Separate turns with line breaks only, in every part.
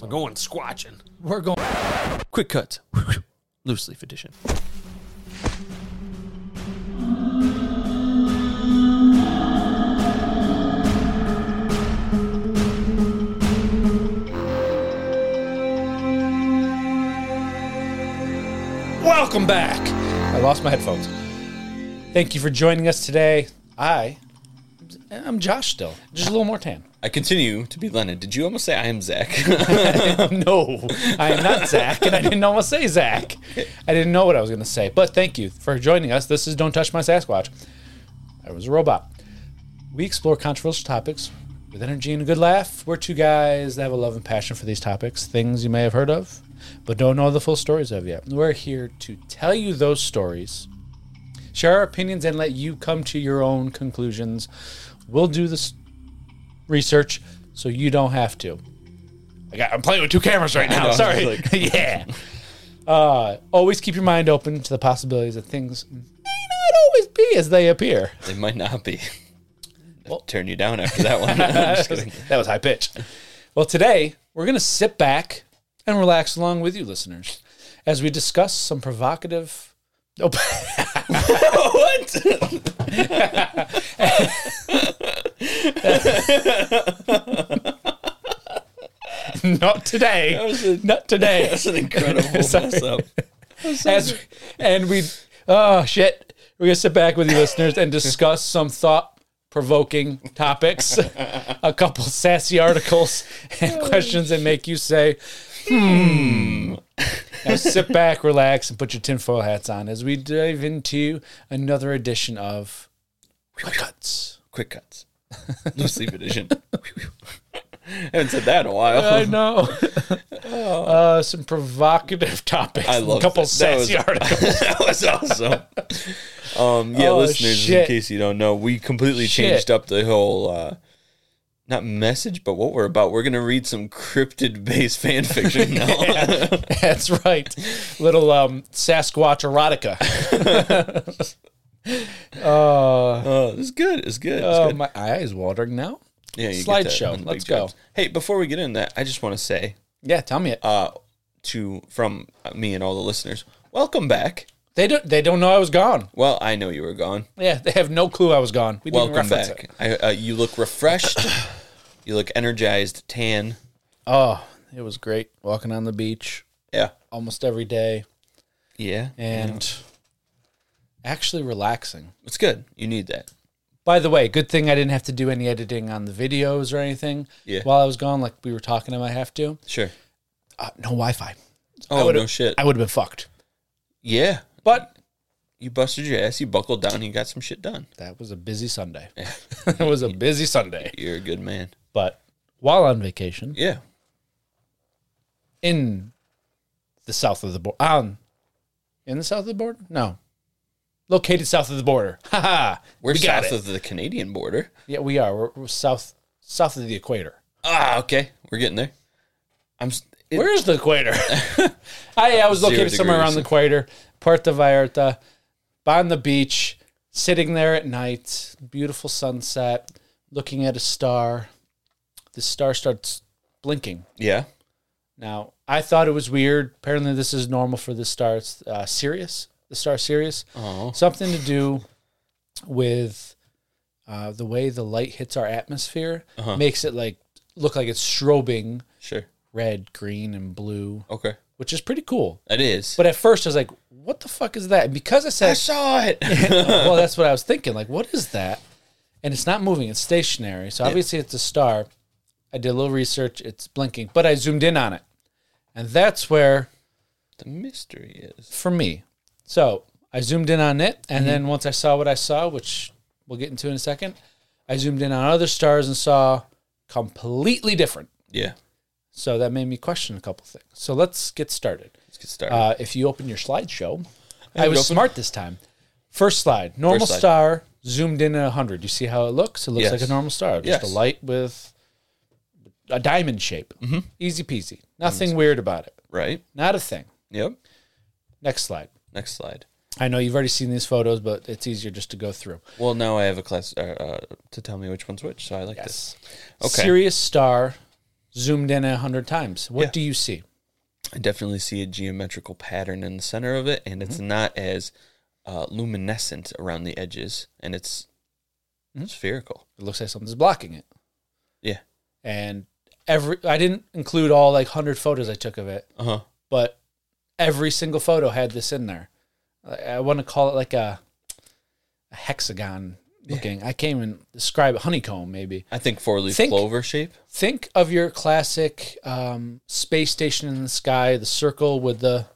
We're going squatching.
We're going. Quick cuts. Loose leaf edition.
Welcome back.
I lost my headphones. Thank you for joining us today. I, I'm Josh still, just a little more tan.
I continue to be Lennon. Did you almost say I am Zach?
no, I am not Zach, and I didn't almost say Zach. I didn't know what I was going to say, but thank you for joining us. This is Don't Touch My Sasquatch. I was a robot. We explore controversial topics with energy and a good laugh. We're two guys that have a love and passion for these topics, things you may have heard of, but don't know the full stories of yet. We're here to tell you those stories, share our opinions, and let you come to your own conclusions. We'll do this research so you don't have to. I got, I'm playing with two cameras right now.
know, I was
Sorry. yeah. Uh, always keep your mind open to the possibilities that things may not always be as they appear.
they might not be. Turn you down after that one. I'm just kidding.
that was high pitch. Well, today we're going to sit back and relax along with you, listeners, as we discuss some provocative. Oh,
what?
not today.
was a-
not today.
That's an incredible
Sorry.
mess up.
As, and we, oh shit, we're gonna sit back with you listeners and discuss some thought provoking topics, a couple sassy articles and questions that make you say, hmm. Now sit back, relax, and put your tinfoil hats on as we dive into another edition of Quick Cuts.
Quick cuts. Loose leaf edition. haven't said that in a while.
I know. Uh, some provocative topics.
I
and
love
a couple
that. That was-
sassy articles.
that was awesome. Um, yeah,
Oh,
listeners,
shit.
in case you don't know, we completely
Shit.
changed up the whole uh, not message, but what we're about. We're gonna read some cryptid-based fan fiction now.
That's right. Little um, Sasquatch erotica. uh,
Oh, this is good. It's good. It's
oh,
good.
my eye is watering now.
Yeah, you get
slideshow.
that on the
Let's
big
go.
jobs. Hey, before we get into that, I just want to say
Yeah, tell me it.
uh, to from me and all the listeners, welcome back.
they don't. They don't know I was gone.
Well, I know you were gone.
Yeah, they have no clue I was gone. We didn't
Welcome
reference
back.
it.
I, uh, you look refreshed. you look energized, tan.
Oh, it was great walking on the beach
Yeah.
almost every day
Yeah.
and actually relaxing.
It's good. You need that.
By the way, good thing I didn't have to do any editing on the videos or anything
Yeah.
while I was gone. Like we were talking, I might have to.
Sure.
Uh, no Wi-Fi.
Oh
would've-
no shit.
I would have been fucked.
yeah.
But
You busted your ass. You buckled down. You got some shit done.
that was a busy Sunday. it was a busy Sunday.
You're a good man.
But while on vacation
Yeah.
in the south of the border, on in the south of the border, no, located south of the border. Ha ha.
We're
We got
south
it.
of the Canadian border.
Yeah, we are. We're, we're south south of the equator.
Ah, okay. We're getting there. I'm. s- It,
Where is the equator? I, I was
Zero
located somewhere
degrees.
around the equator, Puerto Vallarta, on the beach, sitting there at night, beautiful sunset, looking at a star. The star starts blinking.
yeah.
Now, I thought it was weird. Apparently, this is normal for the star uh, Sirius, the star Sirius.
Oh.
Something to do with uh, the way the light hits our atmosphere makes it like look like it's strobing
Sure.
red, green, and blue,
Okay.
which is pretty cool.
That is.
But at first, I was like, "What the fuck is that?" And because I
I
said,
saw it.
"Well, that's what I was thinking," like, "What is that?" And it's not moving; it's stationary. So obviously, it's a star. I did a little research; it's blinking, but I zoomed in on it, and that's where
the mystery is.
for me. So I zoomed in on it,
Mm-hmm.
and then once I saw what I saw, which we'll get into in a second, I zoomed in on other stars and saw completely different.
Yeah.
So that made me question a couple things. So let's get started.
Let's get started.
Uh, if you open your slideshow, I
it
was
open.
smart this time. First slide, normal
First slide.
star, zoomed in at 100. You see how it looks? It looks like a
Yes.
normal star,
Yes.
just a light with a diamond shape.
Mm-hmm.
Easy peasy. Nothing weird about it.
right.
Not a thing.
Yep.
Next slide.
Next slide.
I know you've already seen these photos, but it's easier just to go through.
Well, now I have a class uh, uh, to tell me which one's which, so I like this. Okay.
Sirius star zoomed in a hundred times, what
Yeah.
do you see?
I definitely see a geometrical pattern in the center of it, and it's
Mm-hmm.
not as uh, luminescent around the edges, and it's
Mm-hmm.
spherical.
It looks like something's blocking it.
Yeah.
And every I didn't include all like hundred photos I took of it,
Uh huh.
but every single photo had this in there. I, I want to call it like a, a hexagon looking. I can't even describe it. Honeycomb maybe.
I think four leaf
Think-
clover shape.
Think of your classic um, space station in the sky, the circle with the.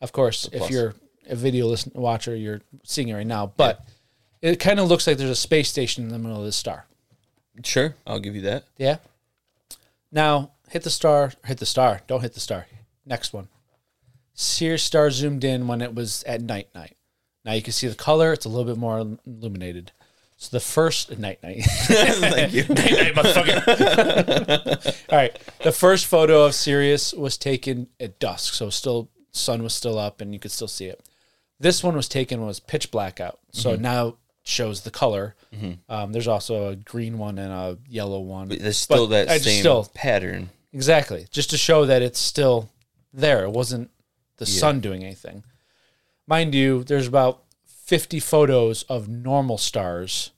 Of course, if
plus.
you're a video listen, watcher, you're seeing it right now, but it kind of looks like there's a space station in the middle of the star.
Sure, I'll give you that.
Yeah. Now hit the star. Hit the star. Don't hit the star. Next one. Sears star zoomed in when it was at night. Night. Now you can see the color. It's a little bit more illuminated. So the first night. Night.
Thank you.
Night, night, motherfucker. All right. The first photo of Sirius was taken at dusk, so still sun was still up and you could still see it. This one was taken when it was pitch black out, so
Mm-hmm.
now it shows the color. Um, there's also a green one and a yellow one.
But there's
But
still
I
that
just
same
still-
pattern.
Exactly, just to show that it's still there. It wasn't the sun doing anything. Mind you, there's about 50 photos of normal stars,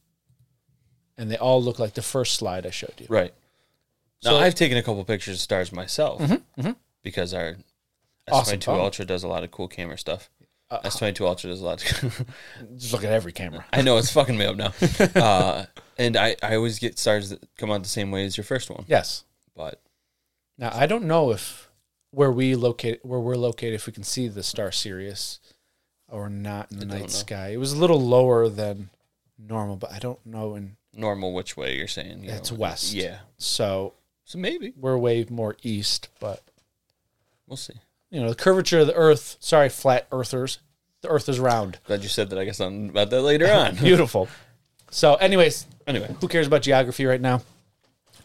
and they all look like the first slide I showed you.
Right. Now I've taken a couple pictures of stars myself because our S
Mm-hmm. Awesome Uh,
twenty two
phone.
Ultra does a lot of cool camera stuff. S twenty two Ultra does a lot. Of
Just look at every camera.
I know it's fucking me up now. Uh, and I, I always get stars that come out the same way as your first one.
Yes.
But
Now I don't know if where we locate where we're located if we can see the star Sirius or not in the night sky. It was a little lower than normal, but I don't know and
normal, which way you're saying? you
it's
know.
west.
Yeah.
So
So maybe
we're way more east, but
we'll see.
you know, the curvature of the earth, sorry, flat earthers. The earth is round.
Glad you said that. I guess I'm about that later on.
Beautiful. So anyways,
anyway,
who cares about geography right now?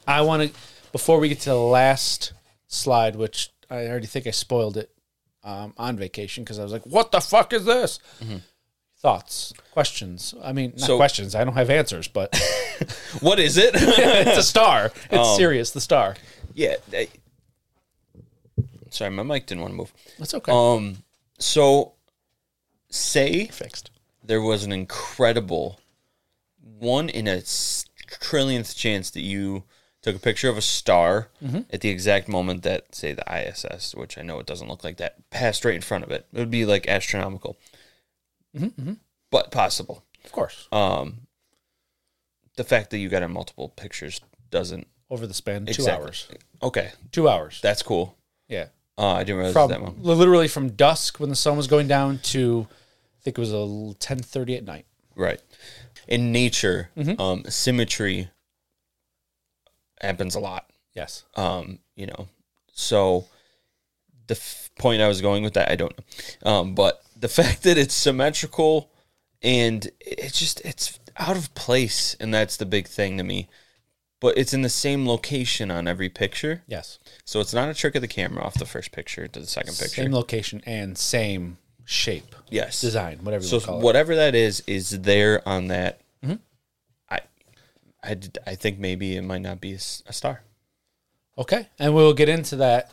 I want to, before we get to the last slide, which I already think I spoiled it um, on vacation because I was like, what the fuck is this? Thoughts, questions. I mean, not
Mm-hmm. So-
questions. I don't have answers, but
what is it?
it's a star. It's
Um,
serious, the star.
yeah. I- sorry, my mic didn't want to move.
That's okay.
Um. So, say
Fixed.
there was an incredible one in a s- trillionth chance that you took a picture of a star at the exact moment that, say, the ISS, which I know it doesn't look like that, passed right in front of it. It would be like astronomical, but possible.
Of course.
um, The fact that you got in multiple pictures doesn't
Over the span of two
exactly-
hours.
Okay,
Two hours.
that's cool.
yeah.
Uh, I didn't realize
From
that one.
literally from dusk when the sun was going down to, I think it was a ten thirty at night.
Right. In nature, um, symmetry happens a lot.
Uh, Yes.
um, you know. So the f- point I was going with that, I don't know, um, but the fact that it's symmetrical and it's just it's out of place, and that's the big thing to me. But it's in the same location on every picture,
Yes.
so it's not a trick of the camera off the first picture to the second picture.
Same location and same shape,
yes,
design, whatever you
so
want to call it.
whatever that is is there on that.
Mm-hmm.
I, I, d- I think maybe it might not be a, s- a star.
Okay, and we will get into that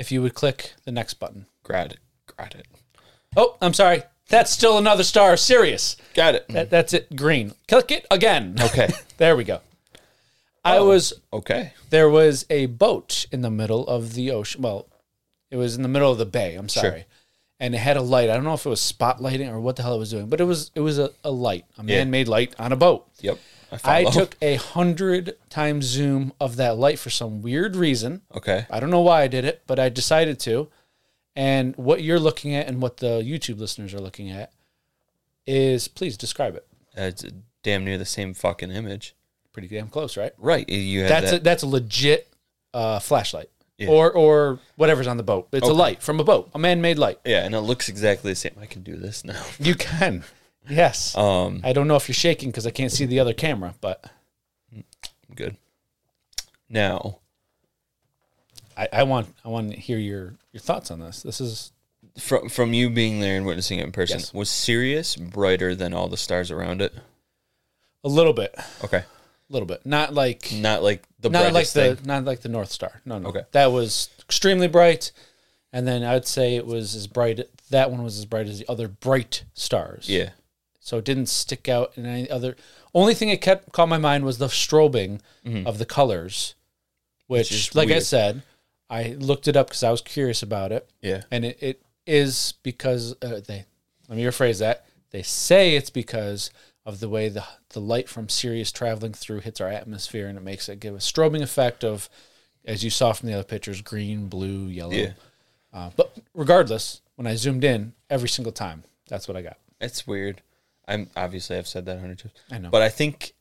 if you would click the next button.
Got it. Got it.
Oh, I'm sorry. That's still another star. Serious.
Got it.
That, that's it. Green. Click it again.
okay.
there we go. I was
Okay.
there was a boat in the middle of the ocean. Well, it was in the middle of the bay. I'm sorry, and it had a light. I don't know if it was spotlighting or what the hell it was doing, but it was it was a, a light, a man-made light on a boat.
Yep.
I
follow.
took a hundred times zoom of that light for some weird reason.
Okay.
I don't know why I did it, but I decided to. And what you're looking at and what the YouTube listeners are looking at is please describe it.
Uh, it's damn near the same fucking image.
Pretty damn close, right?
Right. You had
That's
that.
a, that's a legit uh, flashlight or or whatever's on the boat. It's a light from a boat, a man-made light.
yeah, and it looks exactly the same. I can do this now.
You can, yes.
Um,
I don't know if you're shaking because I can't see the other camera, but
I'm good. Now,
I, I want I want to hear your your thoughts on this. This is
from from you being there and witnessing it in person,
Yes.
was Sirius brighter than all the stars around it?
a little bit.
Okay.
a little bit. Not like
Not like Mm, the
not like
brightest
the
thing.
not like the North Star. No, no.
Okay.
That was extremely bright. And then I'd say it was as bright that one was as bright as the other bright stars.
Yeah.
So it didn't stick out in any other only thing it kept caught my mind was the strobing of the colors. Which,
Mm-hmm. is
like I
weird.
said, I looked it up because I was curious about it.
Yeah.
And it, it is because uh, they, let me rephrase that. They say it's because of the way the, the light from Sirius traveling through hits our atmosphere and it makes it give a strobing effect of, as you saw from the other pictures, green, blue, yellow.
Yeah.
Uh, but regardless, when I zoomed in every single time, that's what I got.
That's weird. I'm obviously I've said that a hundred times.
I know.
But I think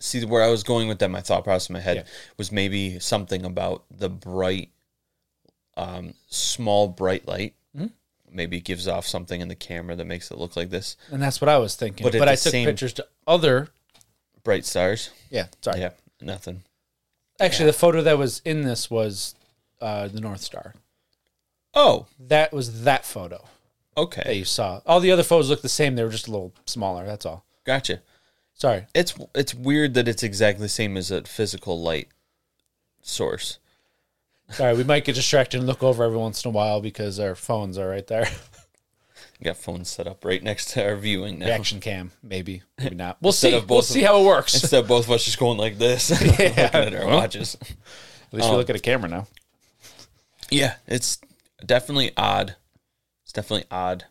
see where I was going with that, my thought process in my head
Yeah.
was maybe something about the bright um small bright light.
Mm-hmm.
Maybe it gives off something in the camera that makes it look like this.
And that's what I was thinking.
But
But,
at
I
the
took
same-
pictures to other.
Bright stars.
Yeah, sorry.
Yeah. Nothing.
Actually, the photo that was in this was uh, the North Star.
Oh,
That was that photo that
okay.
you saw. All the other photos looked the same. They were just a little smaller. That's all.
Gotcha.
Sorry.
It's it's weird that it's exactly the same as a physical light source.
Sorry, we might get distracted and look over every once in a while because our phones are right there.
We got phones set up right next to our viewing now.
Action cam, maybe, maybe not. We'll see.
of both
We'll
of
see
them.
how it works.
Instead of both of us just going like this, looking at our watches.
At least we look at a camera now.
Yeah, it's definitely odd. It's definitely odd.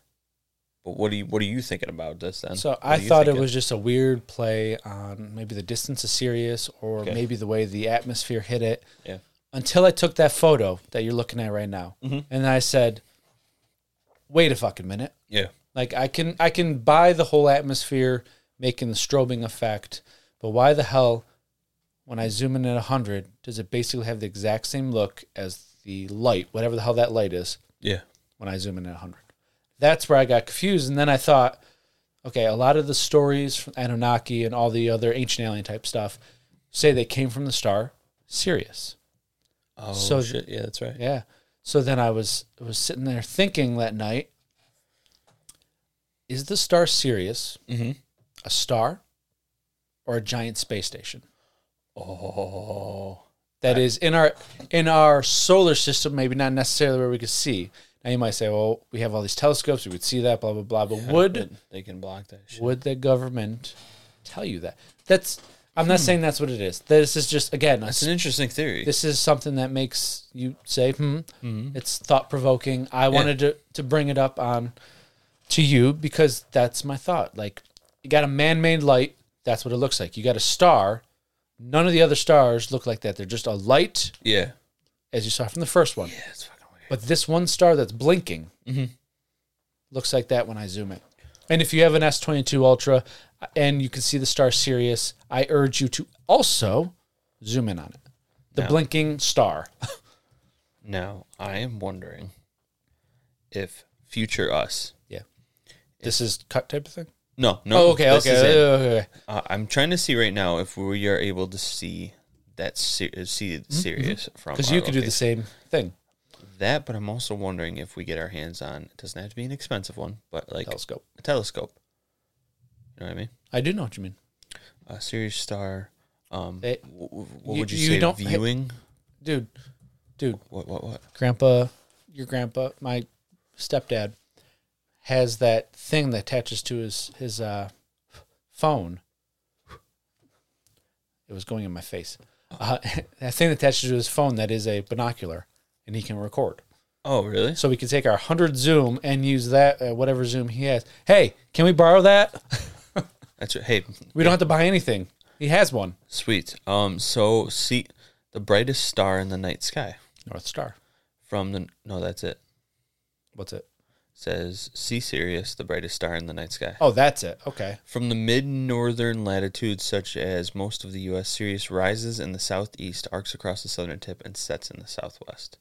But what are you what are you thinking about this then?
So
What
I
are you
thought it
thinking?
was just a weird play on maybe the distance of Sirius or maybe the way the atmosphere hit it.
yeah.
Until I took that photo that you're looking at right now, and I said, "Wait a fucking minute!
Yeah.
Like I can I can buy the whole atmosphere making the strobing effect, but why the hell when I zoom in at 100 does it basically have the exact same look as the light, whatever the hell that light is
Yeah.
when I zoom in at 100? That's where I got confused and then I thought okay, a lot of the stories from Anunnaki and all the other ancient alien type stuff say they came from the star Sirius.
Oh
So-
shit. Yeah, that's right.
Yeah. So then I was I was sitting there thinking that night, is the star Sirius a star or a giant space station
Oh.
that is in our in our solar system? Maybe not necessarily where we could see. Now you might say, well, we have all these telescopes, we would see that, blah blah blah. But would
They can block that shit.
would the government tell you that? That's I'm not saying that's what it is. This is just again a
It's an interesting theory.
this is something that makes you say, hmm, it's thought provoking. I wanted to, to bring it up on to you because that's my thought. Like, you got a man made light, that's what it looks like. You got a star. None of the other stars look like that. They're just a light,
yeah.
as you saw from the first one.
Yeah, it's fucking weird.
But this one star that's blinking looks like that when I zoom it. And if you have an S22 Ultra uh, and you can see the star Sirius, I urge you to also zoom in on it. The blinking star.
Now I am wondering if future us
Yeah. This is cut type of thing.
No, no.
Oh, okay,
this
okay,
is it.
okay.
Uh, I'm trying to see right now if we are able to see that ser- see Sirius from
Because
our
Mm-hmm. you could do the
location.
same thing.
that, but I'm also wondering if we get our hands on. It doesn't have to be an expensive one, but like
Telescope.
a telescope. You know what I mean?
I do know what you mean.
A Sirius star. Um,
They-
w- w- what
you-
would you,
you
say?
don't- hey-
viewing.
Dude, dude,
what? What? What?
grandpa, your grandpa, my stepdad has that thing that attaches to his his uh, phone. It was going in my face. Uh, that thing that attaches to his phone that is a binocular, and he can record.
Oh, really?
So we can take our hundred zoom and use that uh, whatever zoom he has. Hey, can we borrow that?
That's right. Hey,
We don't have to buy anything. He has one.
sweet. Um, so see the brightest star in the night sky
North Star.
from the. No, that's it.
What's it?
Says see Sirius, the brightest star in the night sky.
Oh, that's it. Okay.
From the mid northern latitudes, such as most of the U.S., Sirius rises in the southeast, arcs across the southern tip, and sets in the southwest.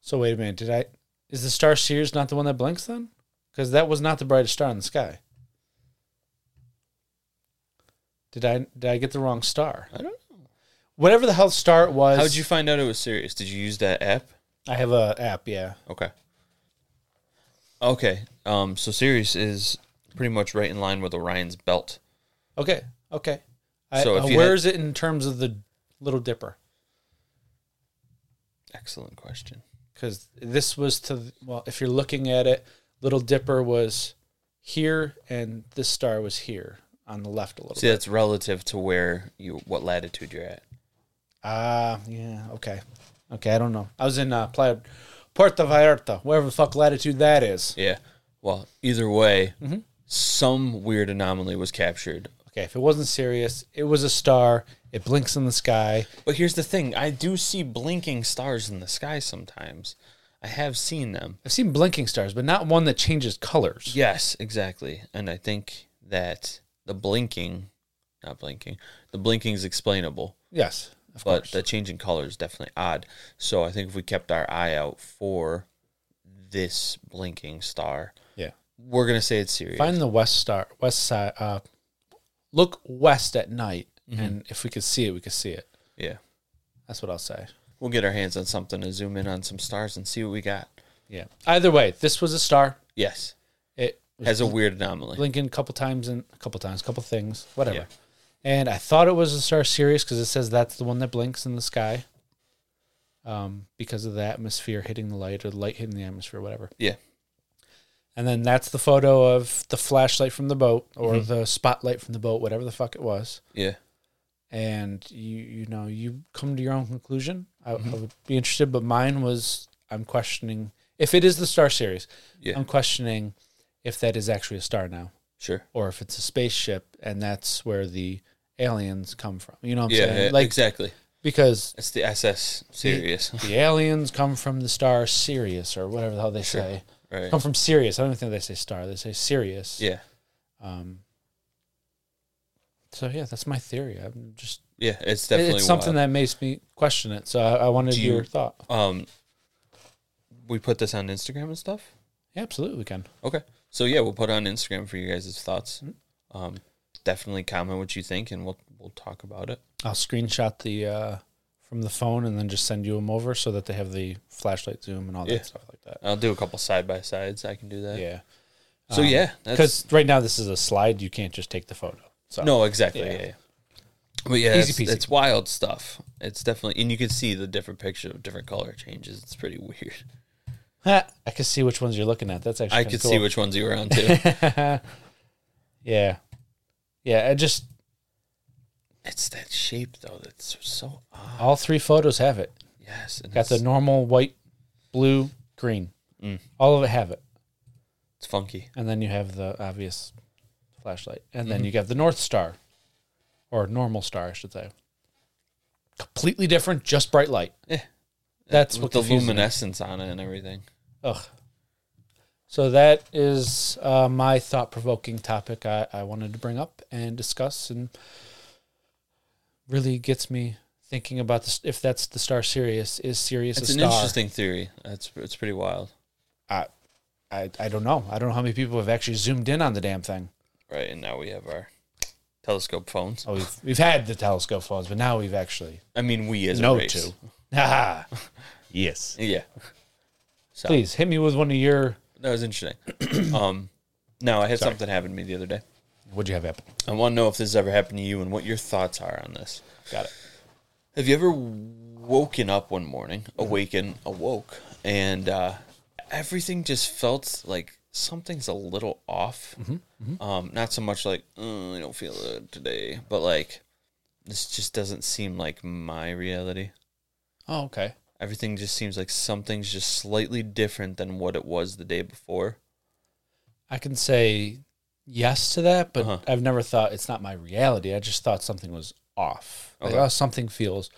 So wait a minute. Did I? Is the star Sirius not the one that blinks then? Because that was not the brightest star in the sky. Did I? Did I get the wrong star?
I don't know.
Whatever the hell star it was.
How'd you find out it was Sirius? Did you use that app?
I have a app. Yeah.
Okay. Okay. Um, so Sirius is pretty much right in line with Orion's belt.
Okay. Okay. I,
So if
uh,
you
where is it in terms of the Little Dipper?
Excellent question.
Because this was to th- well, if you're looking at it, Little Dipper was here, and this star was here on the left a little.
See,
bit.
that's relative to where you what latitude you're at.
Ah, yeah, okay, okay. I don't know. I was in uh, Playa Puerto Vallarta, wherever the fuck latitude that is.
Yeah. Well, either way, some weird anomaly was captured.
Okay, if it wasn't Sirius, it was a star. It blinks in the sky.
But here's the thing: I do see blinking stars in the sky sometimes. I have seen them.
I've seen blinking stars, but not one that changes colors.
Yes, exactly. And I think that the blinking, not blinking, the blinking is explainable,
Yes, of
but
course.
the change in color is definitely odd. So I think if we kept our eye out for this blinking star,
yeah.
we're gonna say it's Sirius.
Find the west star, west side. Uh, look west at night, and if we could see it, we could see it.
Yeah,
That's what I'll say.
we'll get our hands on something and zoom in on some stars and see what we got.
Yeah. Either way, this was a star.
Yes,
It was
has a weird anomaly.
blinking a couple times and a couple times, a couple things, whatever.
Yeah.
And I thought it was a star Sirius because it says that's the one that blinks in the sky. Um, because of the atmosphere hitting the light or the light hitting the atmosphere, whatever.
Yeah,
And then that's the photo of the flashlight from the boat or the spotlight from the boat, whatever the fuck it was.
yeah,
And you you know, you come to your own conclusion. I,
Mm-hmm.
I would be interested, but mine was I'm questioning if it is the star series.
Yeah.
I'm questioning if that is actually a star now
sure.
or if it's a spaceship and that's where the aliens come from. You know what I'm
Yeah,
saying?
yeah,
like
exactly.
because
It's the SS Sirius.
the aliens come from the star Sirius or whatever the hell they say.
right.
Come from Sirius. I don't think they say star. They say Sirius.
Yeah,
Um, so yeah, that's my theory. I'm just
yeah. It's definitely
it's something
wild.
that makes me question it. So I, I wanted
Do
your
you-
thought.
um we put this on Instagram and stuff.
Yeah, absolutely, we can.
Okay. So yeah, we'll put it on Instagram for you guys' thoughts.
Hmm.
Um definitely comment what you think and we'll we'll talk about it.
I'll screenshot the uh, from the phone and then just send you them over so that they have the flashlight zoom and all that
Yeah.
stuff like that.
I'll do a couple side by sides. I can do that.
Yeah. Um,
So yeah, that's
because right now this is a slide. You can't just take the photo. So
no exactly. Yeah.
Yeah.
yeah, But yeah,
Easy
it's,
peasy.
it's wild stuff. It's definitely, and you can see the different picture of different color changes. It's pretty weird.
Ha, I can see which ones you're looking at. That's actually
I
kinda
could
cool.
see which ones you were on too.
Yeah, yeah. I just
it's that shape though. That's so odd.
all three photos have it.
Yes, and
Got the
it's,
normal white, blue, green. All of it have it,
it's funky.
and then you have the obvious flashlight, and
Mm-hmm.
then you got the North Star, or normal star, I should say. Completely different, just bright light.
Yeah.
That's
Eh. With
what
the
confuses me.
luminescence on it and everything.
Ugh. So that is uh, my thought-provoking topic I, I wanted to bring up and discuss, and really gets me thinking about this. If that's the star Sirius, is Sirius
It's
a
an
star?
interesting theory. That's it's pretty wild,
I, I I don't know. I don't know how many people have actually zoomed in on the damn thing.
right? And now we have our telescope phones.
Oh, we've we've had the telescope phones, but now we've actually
I mean, we as a
no
race.
two. Haha. yes.
Yeah,
Please hit me with one of your.
that was interesting. um, now I had something happen to me the other day.
What'd you have happen?
I want to know if this has ever happened to you and what your thoughts are on this.
Got it.
Have you ever woken up one morning, awaken, awoke, and uh, everything just felt like something's a little off? Um, not so much like "Uh, I don't feel it today, but like this just doesn't seem like my reality.
Oh, okay.
Everything just seems like something's just slightly different than what it was the day before.
I can say yes to that, but
Uh-huh.
I've never thought it's not my reality. I just thought something was off. Like,
Okay.
oh, something feels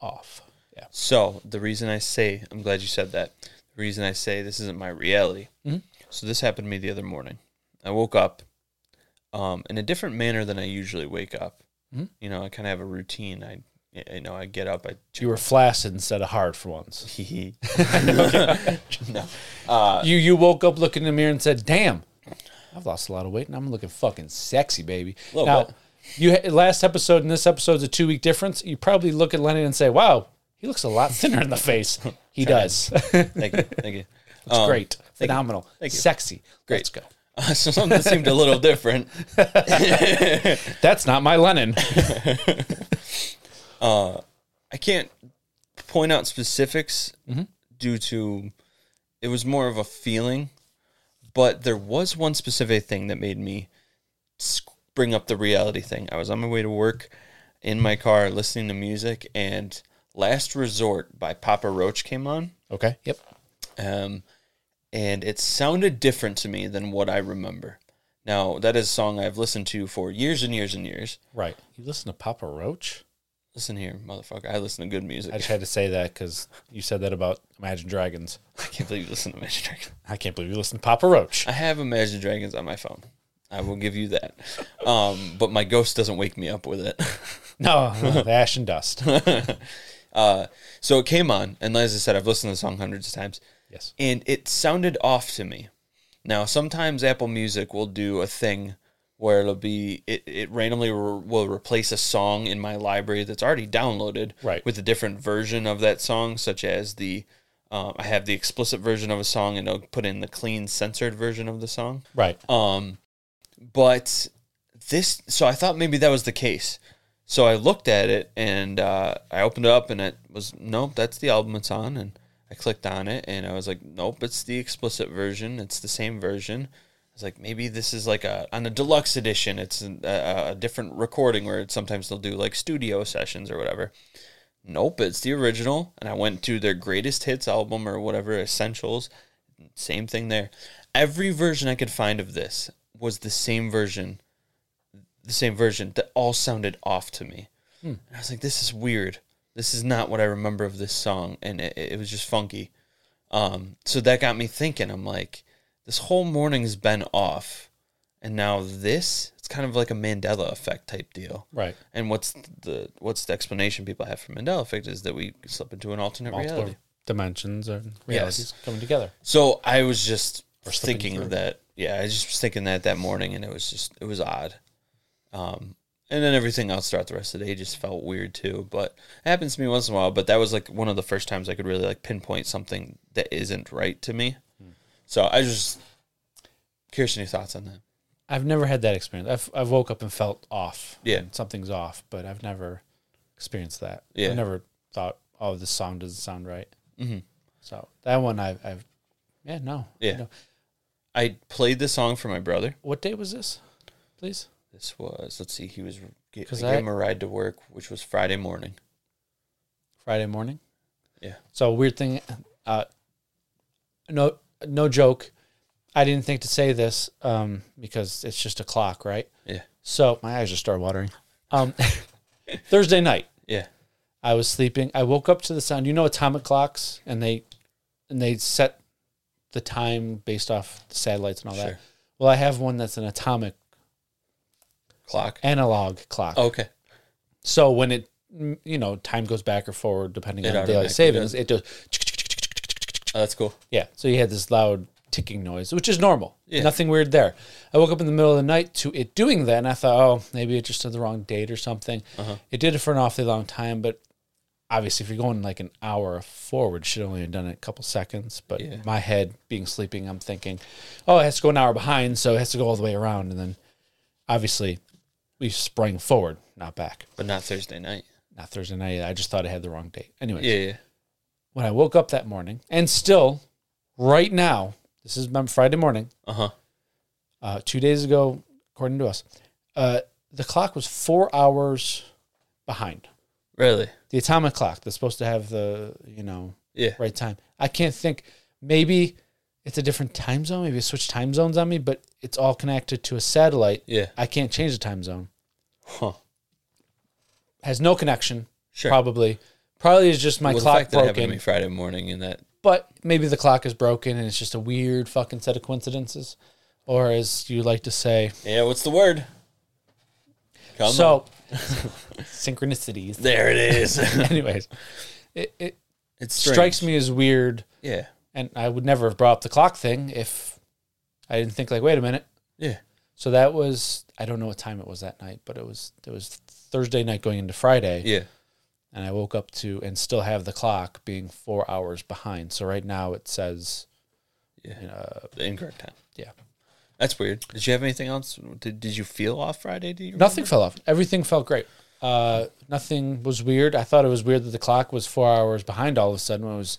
off. Yeah.
So the reason I say I'm glad you said that. The reason I say this isn't my reality. So this happened to me the other morning. I woke up um, in a different manner than I usually wake up. You know, I kind of have a routine. I, you know, I get up. I
You were flaccid instead of hard for once.
no,
you you woke up looking in the mirror and said, "Damn, I've lost a lot of weight and I'm looking fucking sexy, baby."
Little
Now,
bit.
you ha- last episode and this episode's a two week difference. You probably look at Lennon and say, "Wow, he looks a lot thinner in the face." He does.
thank you, thank you.
It's great, phenomenal,
Um, Thank you.
sexy. Let's go.
so something that seemed a little different.
That's not my Lenin.
I can't point out specifics due to it was more of a feeling, but there was one specific thing that made me s- bring up the reality thing. I was on my way to work in my car listening to music, and Last Resort by Papa Roach came on.
Okay. Yep.
um, and it sounded different to me than what I remember. Now that is a song I've listened to for years and years and years.
Right. You listen to Papa Roach?
Listen here, motherfucker, I listen to good music.
I
I,
just had to say that because you said that about Imagine Dragons.
can't believe you listen to Imagine Dragons.
I can't believe you listen to Papa Roach.
I have Imagine Dragons on my phone. I will give you that. Um, but my ghost doesn't wake me up with it.
No, no, the Ash and Dust.
Uh, so it came on, and as I said, I've listened to the song hundreds of times.
Yes.
and it sounded off to me. Now, sometimes Apple Music will do a thing where it'll be it, it randomly re- will replace a song in my library that's already downloaded
Right.
with a different version of that song, such as the um, I have the explicit version of a song and it'll put in the clean censored version of the song.
Right.
Um, but this, so I thought maybe that was the case. So I looked at it and uh, I opened it up and it was nope, that's the album it's on. And I clicked on it and I was like, nope, it's the explicit version. It's the same version. I was like, maybe this is like a on a deluxe edition. It's an- a, a different recording where it, sometimes they'll do like studio sessions or whatever. Nope, it's the original. And I went to their greatest hits album or whatever essentials. Same thing there. Every version I could find of this was the same version, the same version that all sounded off to me. And I was like, this is weird. This is not what I remember of this song. And it, it was just funky. Um, so that got me thinking. I'm like, this whole morning's been off. And now this, it's kind of like a Mandela effect type deal.
Right.
And what's the what's the explanation people have for Mandela effect is that we slip into an alternate
Multiple
reality.
dimensions or realities coming together.
So I was just
slipping
thinking
through.
of that. Yeah, I just was thinking that that morning, and it was just it was odd. Um, and then everything else throughout the rest of the day just felt weird too. But it happens to me once in a while. But that was like one of the first times I could really like pinpoint something that isn't right to me.
Hmm.
So I just curious any thoughts on that.
I've never had that experience. I've I've woke up and felt off.
Yeah.
and something's off, but I've never experienced that.
Yeah.
I've never thought, oh, this song doesn't sound right.
Mhm.
So that one, I've, I've yeah, no, I
Yeah.
don't-
I played this song for my brother.
What day was this? Please.
This was let's see, he was I
'Cause
gave
I-
him a ride to work, which was Friday morning.
Friday morning.
Yeah.
So weird thing, uh, no no joke. I didn't think to say this um, because it's just a clock, right?
Yeah,
So my eyes just start watering. Um, Thursday night,
yeah,
I was sleeping. I woke up to the sound. You know atomic clocks, and they and they set the time based off the satellites and all that.
Sure.
Well, I have one that's an atomic
clock. Oh,
analog clock.
Okay,
So when it mm, you know time goes back or forward depending
It
on daylight
automatically
savings, it does.
oh, that's cool.
Yeah. So you had this loud ticking noise, which is normal.
Yeah.
Nothing weird there. I woke up in the middle of the night to it doing that, and I thought, oh, maybe it just did the wrong date or something.
Uh-huh.
It did it for an awfully long time, but obviously, if you're going like an hour forward, it should only have done it a couple seconds. But
Yeah.
my head, being sleeping, I'm thinking, oh, it has to go an hour behind, so it has to go all the way around, and then obviously, we sprang forward, not back.
But not Thursday night.
Not Thursday night. I just thought I had the wrong date. Anyway,
Yeah, yeah.
when I woke up that morning, and still, right now, this is my Friday morning,
Uh huh.
uh, two days ago, according to us, uh, the clock was four hours behind.
Really?
The atomic clock that's supposed to have the you know
Yeah.
right time. I can't think. Maybe it's a different time zone. Maybe it switched time zones on me, but it's all connected to a satellite.
Yeah.
I can't change the time zone.
Huh.
Has no connection.
Sure.
Probably. Probably is just my
Well, the
clock
fact that it happened to
broken.
me Friday morning and that
but maybe the clock is broken and it's just a weird fucking set of coincidences. Or as you like to say,
yeah, what's the word? Come on.
so synchronicities.
there it is. it
Anyways, it, it
strange.
strikes me as weird,
Yeah.
and I would never have brought up the clock thing if I didn't think like, wait a minute.
Yeah.
So that was I don't know what time it was that night, but it was it was Thursday night going into Friday,
Yeah.
and I woke up to and still have the clock being four hours behind. So right now it says
The incorrect time.
yeah,
That's weird. Did you have anything else? Did, did you feel off Friday? Do you
Nothing fell off. Everything felt great. Uh, nothing was weird. I thought it was weird that the clock was four hours behind all of a sudden when it was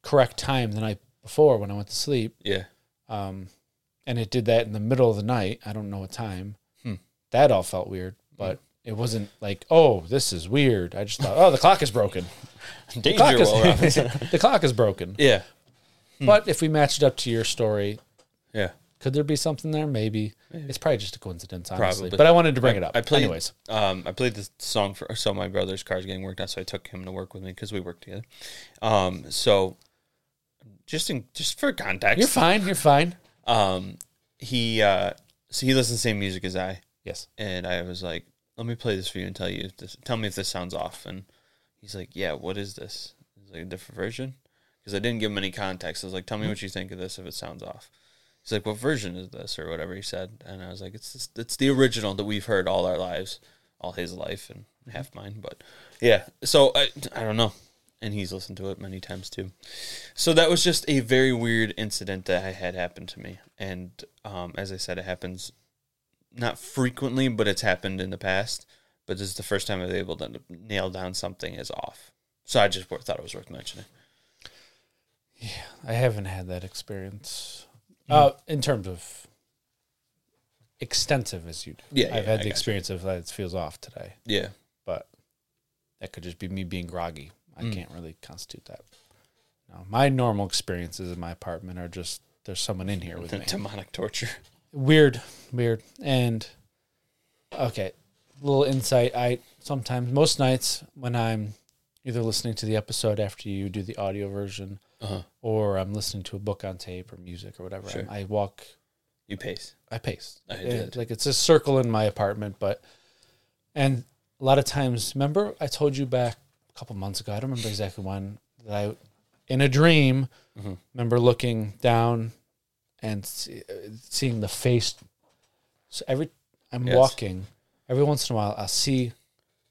correct time the night before when I went to sleep.
Yeah.
And it did that in the middle of the night. I don't know what time.
Hmm.
That all felt weird, but it wasn't like, oh, this is weird. I just thought, oh, the clock is broken. The clock
Danger
is,
Will Robinson.
the clock is broken.
yeah. Hmm.
But if we match it up to your story,
Yeah.
could there be something there? Maybe. It's probably just a coincidence, honestly.
Probably.
But I wanted to bring
I-
it up.
I played,
Anyways,
Um, I played the song for so my brother's car's getting worked out, so I took him to work with me because we worked together. Um, so just in just for context,
you're fine. You're fine.
um, he uh, so he listens to the same music as I,
Yes.
and I was like, "Let me play this for you and tell you if this. Tell me if this sounds off." And he's like, "Yeah, what is this? Is it like a different version?" Because I didn't give him any context. I was like, "Tell me what you think of this if it sounds off." He's like, "What version is this?" or whatever he said, and I was like, "It's this, it's the original that we've heard all our lives, all his life and half mine." But yeah, so I I don't know. And he's listened to it many times too. So that was just a very weird incident that I had happened to me. And um, as I said, it happens not frequently, but it's happened in the past. But this is the first time I was able to nail down something as off. So I just wor- thought it was worth mentioning.
I haven't had that experience. Uh, in terms of extensive as you do.
Yeah,
I've
yeah,
had
I
the
gotcha.
experience of that it feels off today,
Yeah.
but that could just be me being groggy. I
Mm.
can't really constitute that. No, my normal experiences in my apartment are just there's someone in here with me.
Demonic torture.
weird weird and okay little insight i sometimes most nights when i'm either listening to the episode after you do the audio version
Uh-huh.
or i'm listening to a book on tape or music or whatever
Sure.
I, I walk
You pace.
i pace
I
It-
did.
like it's a circle in my apartment but and a lot of times remember i told you back a couple months ago i don't remember exactly when that i in a dream
Mm-hmm.
remember looking down and see, uh, seeing the face. So every I'm
Yes.
walking, every once in a while I'll see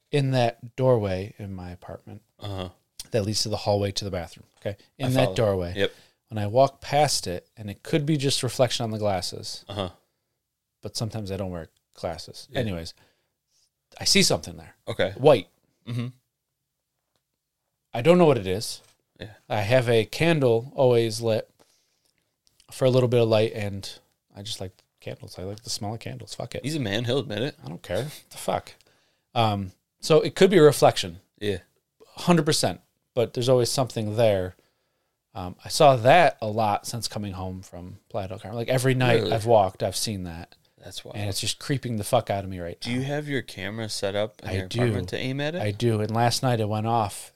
in that doorway in my apartment
Uh huh.
that leads to the hallway to the bathroom. Okay, in that
follow.
doorway.
Yep.
When I walk past it, and it could be just reflection on the glasses,
Uh huh.
but sometimes I don't wear glasses. Anyways, I see something there,
Okay.
white.
Mhm.
I don't know what it is.
Yeah.
I have a candle always lit for a little bit of light, and I just like candles. I like the smell of candles. Fuck it.
He's a man. He'll admit it.
I don't care. the fuck. Um, so it could be a reflection,
Yeah.
hundred percent. But there's always something there. Um, I saw that a lot since coming home from Playa del Carmen. Like every night
Really?
I've walked, I've seen that,
That's
and
why.
it's just creeping the fuck out of me right now.
Do you have your camera set up in
I
your
do.
apartment to aim at it?
I do. And last night it went off,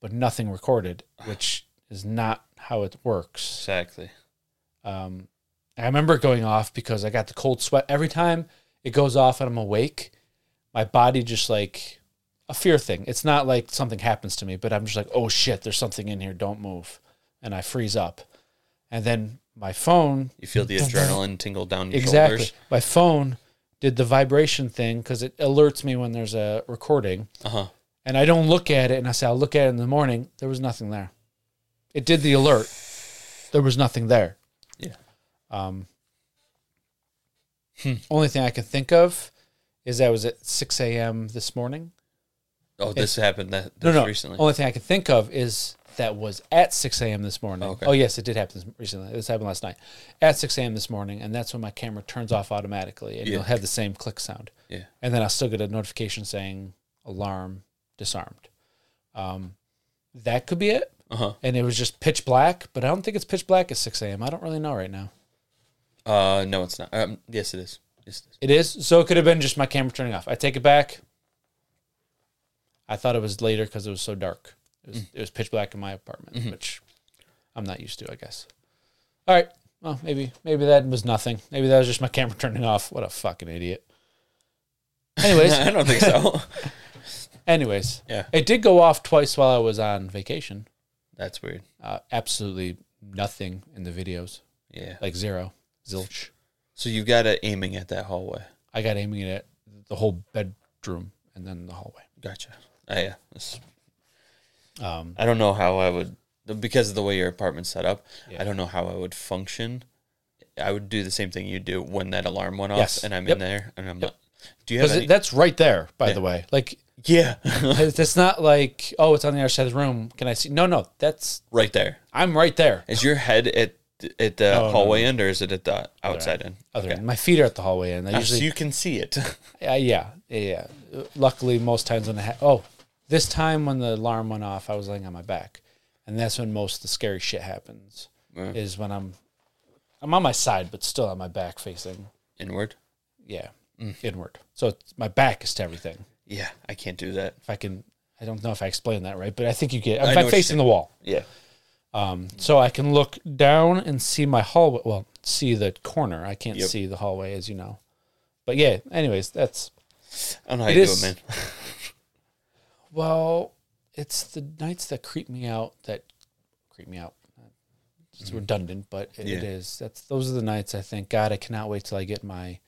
but nothing recorded, which is not how it works.
exactly.
Um, I remember it going off because I got the cold sweat. Every time it goes off and I'm awake, my body just like a fear thing. It's not like something happens to me, but I'm just like, oh shit, there's something in here. Don't move. And I freeze up. And then my phone
You feel the adrenaline tingle down your
exactly.
shoulders.
My phone did the vibration thing because it alerts me when there's a recording.
Uh huh.
And I don't look at it and I say, I'll look at it in the morning. There was nothing there. It did the alert. There was nothing there.
Yeah.
Um, Only thing I can think of is I was at 6 a.m. this morning.
Oh, this happened that
No,
this
no. Oh.
recently.
Only thing I can think of is that was at 6 a.m. this morning.
Okay.
Oh, yes, it did happen this- recently. This happened last night. At 6 a.m. this morning. And that's when my camera turns off automatically and
Yeah.
you'll have the same click sound.
Yeah.
And then I'll still get a notification saying alarm disarmed. Um, that could be it.
Uh huh.
And it was just pitch black, but I don't think it's pitch black at 6 a.m. I don't really know right now.
Uh, no, it's not. Um, yes, it is. Yes, it is.
It is. So it could have been just my camera turning off. I take it back. I thought it was later because it was so dark. It
Mm-hmm.
was, it was pitch black in my apartment, which I'm not used to, I guess. All right. Well, maybe maybe that was nothing. Maybe that was just my camera turning off. What a fucking idiot.
I
Anyways,
don't think so.
anyways,
Yeah.
it did go off twice while I was on vacation.
That's weird.
Uh, absolutely nothing in the videos,
Yeah.
like zero, zilch.
So you've got it aiming at that hallway.
I got aiming at the whole bedroom and then the hallway.
Gotcha. Oh, yeah. That's-
Um,
I don't know how I would, because of the way your apartment's set up, I don't know how I would function I would do the same thing you do when that alarm went off,
Yes.
and I'm
Yep.
in there, and I'm like, "Do you have
Because
any?"
that's right there, by the way. Like,
yeah,
it's not like, oh, it's on the other side of the room. Can I see? No, no, that's,
right there.
I'm right there.
Is your head at at the
Oh,
hallway end, or is it at the outside end?
Other end. My feet are at the hallway end. I
So
usually,
you can see it.
uh, yeah, yeah, yeah. Luckily, most times when the, ha- oh, this time when the alarm went off, I was laying on my back. And that's when most of the scary shit happens, is when I'm, I'm on my side, but still on my back facing,
Inward.
yeah,
Mm.
inward. So it's, my back is to everything.
Yeah, I can't do that.
if I can, I don't know if I explained that right, but I think you get.
know
If
what
I'm
you're
facing the wall,
Yeah.
so I can look down and see my hallway. Well, see the corner. I can't
Yep.
see the hallway, as you know. But yeah. Anyways, that's
I don't know how
It
you
is-
do it, man.
well. It's the nights that creep me out. That creep me out. It's redundant, but it, it
Yeah.
is. That's those are the nights I think. God, I cannot wait till I get my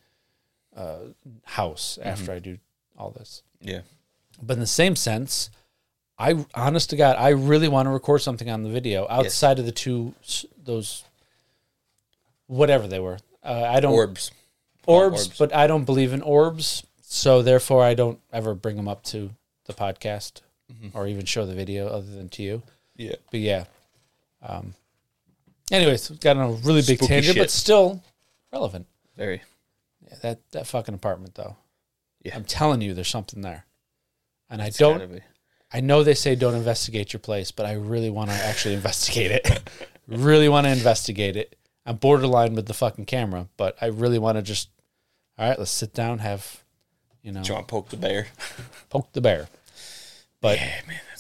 uh, house after I do all this.
Yeah.
But in the same sense, I honest to God, I really want to record something on the video outside of the two s- those whatever they were. Uh, I don't
Orbs.
orbs,
orbs.
but I don't believe in orbs, so therefore I don't ever bring them up to the podcast
Mm-hmm.
or even show the video other than to you.
Yeah.
But yeah. Um. Anyways, got on a really big
Spooky
tangent, but
shit.
still relevant.
Very.
Yeah, that that fucking apartment though.
Yeah.
I'm telling you, there's something there, and I
Gotta
don't
be.
I know they say don't investigate your place, but I really want to actually investigate it. really want to investigate it. I'm borderline with the fucking camera, but I really want to just, all right, let's sit down, have, you know,
Do you want to poke the bear?
poke the bear. But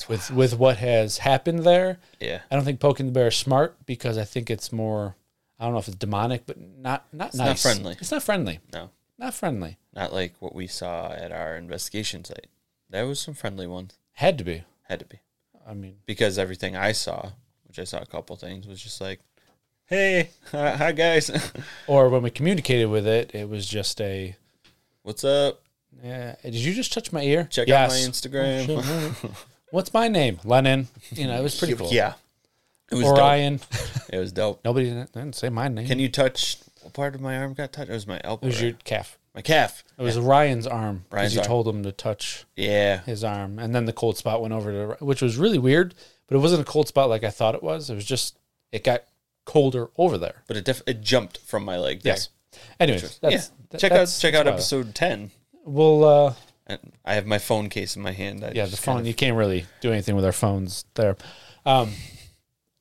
with with what has happened there,
Yeah.
I don't think poking the bear is smart because I think it's more, I don't know if it's demonic, but not not nice.
friendly.
It's not friendly.
No.
Not friendly.
Not like what we saw at our investigation site. There was some friendly ones.
Had to be.
Had to be.
I mean,
Because everything I saw, which I saw a couple things, was just like, hey, hi, hi guys.
or when we communicated with it, it was just a.
What's up?
Yeah. Did you just touch my ear?
Check out my
Yes. Oh,
Instagram.
What's my name? Lennon. You know, it was pretty cool.
yeah. It was dope.
Orion.
It was dope.
Nobody didn't, didn't say my name.
Can you touch what part of my arm got touched? It was my elbow.
it was
right?
your calf.
my calf.
It was Ryan's arm because
Ryan's
you
arm.
told him to touch
Yeah.
his arm, and then the cold spot went over to, Ry- which was really weird. But it wasn't a cold spot like I thought it was. It was just it got colder over there.
But it def- it jumped from my leg. There.
Yes. Anyways,
yeah.
that's, that-
check
that's-
out check
that's
out
why.
episode ten.
We'll uh,
And I have my phone case in my hand. I
yeah, the
just
phone.
kind
You can't really do anything with our phones there. Um,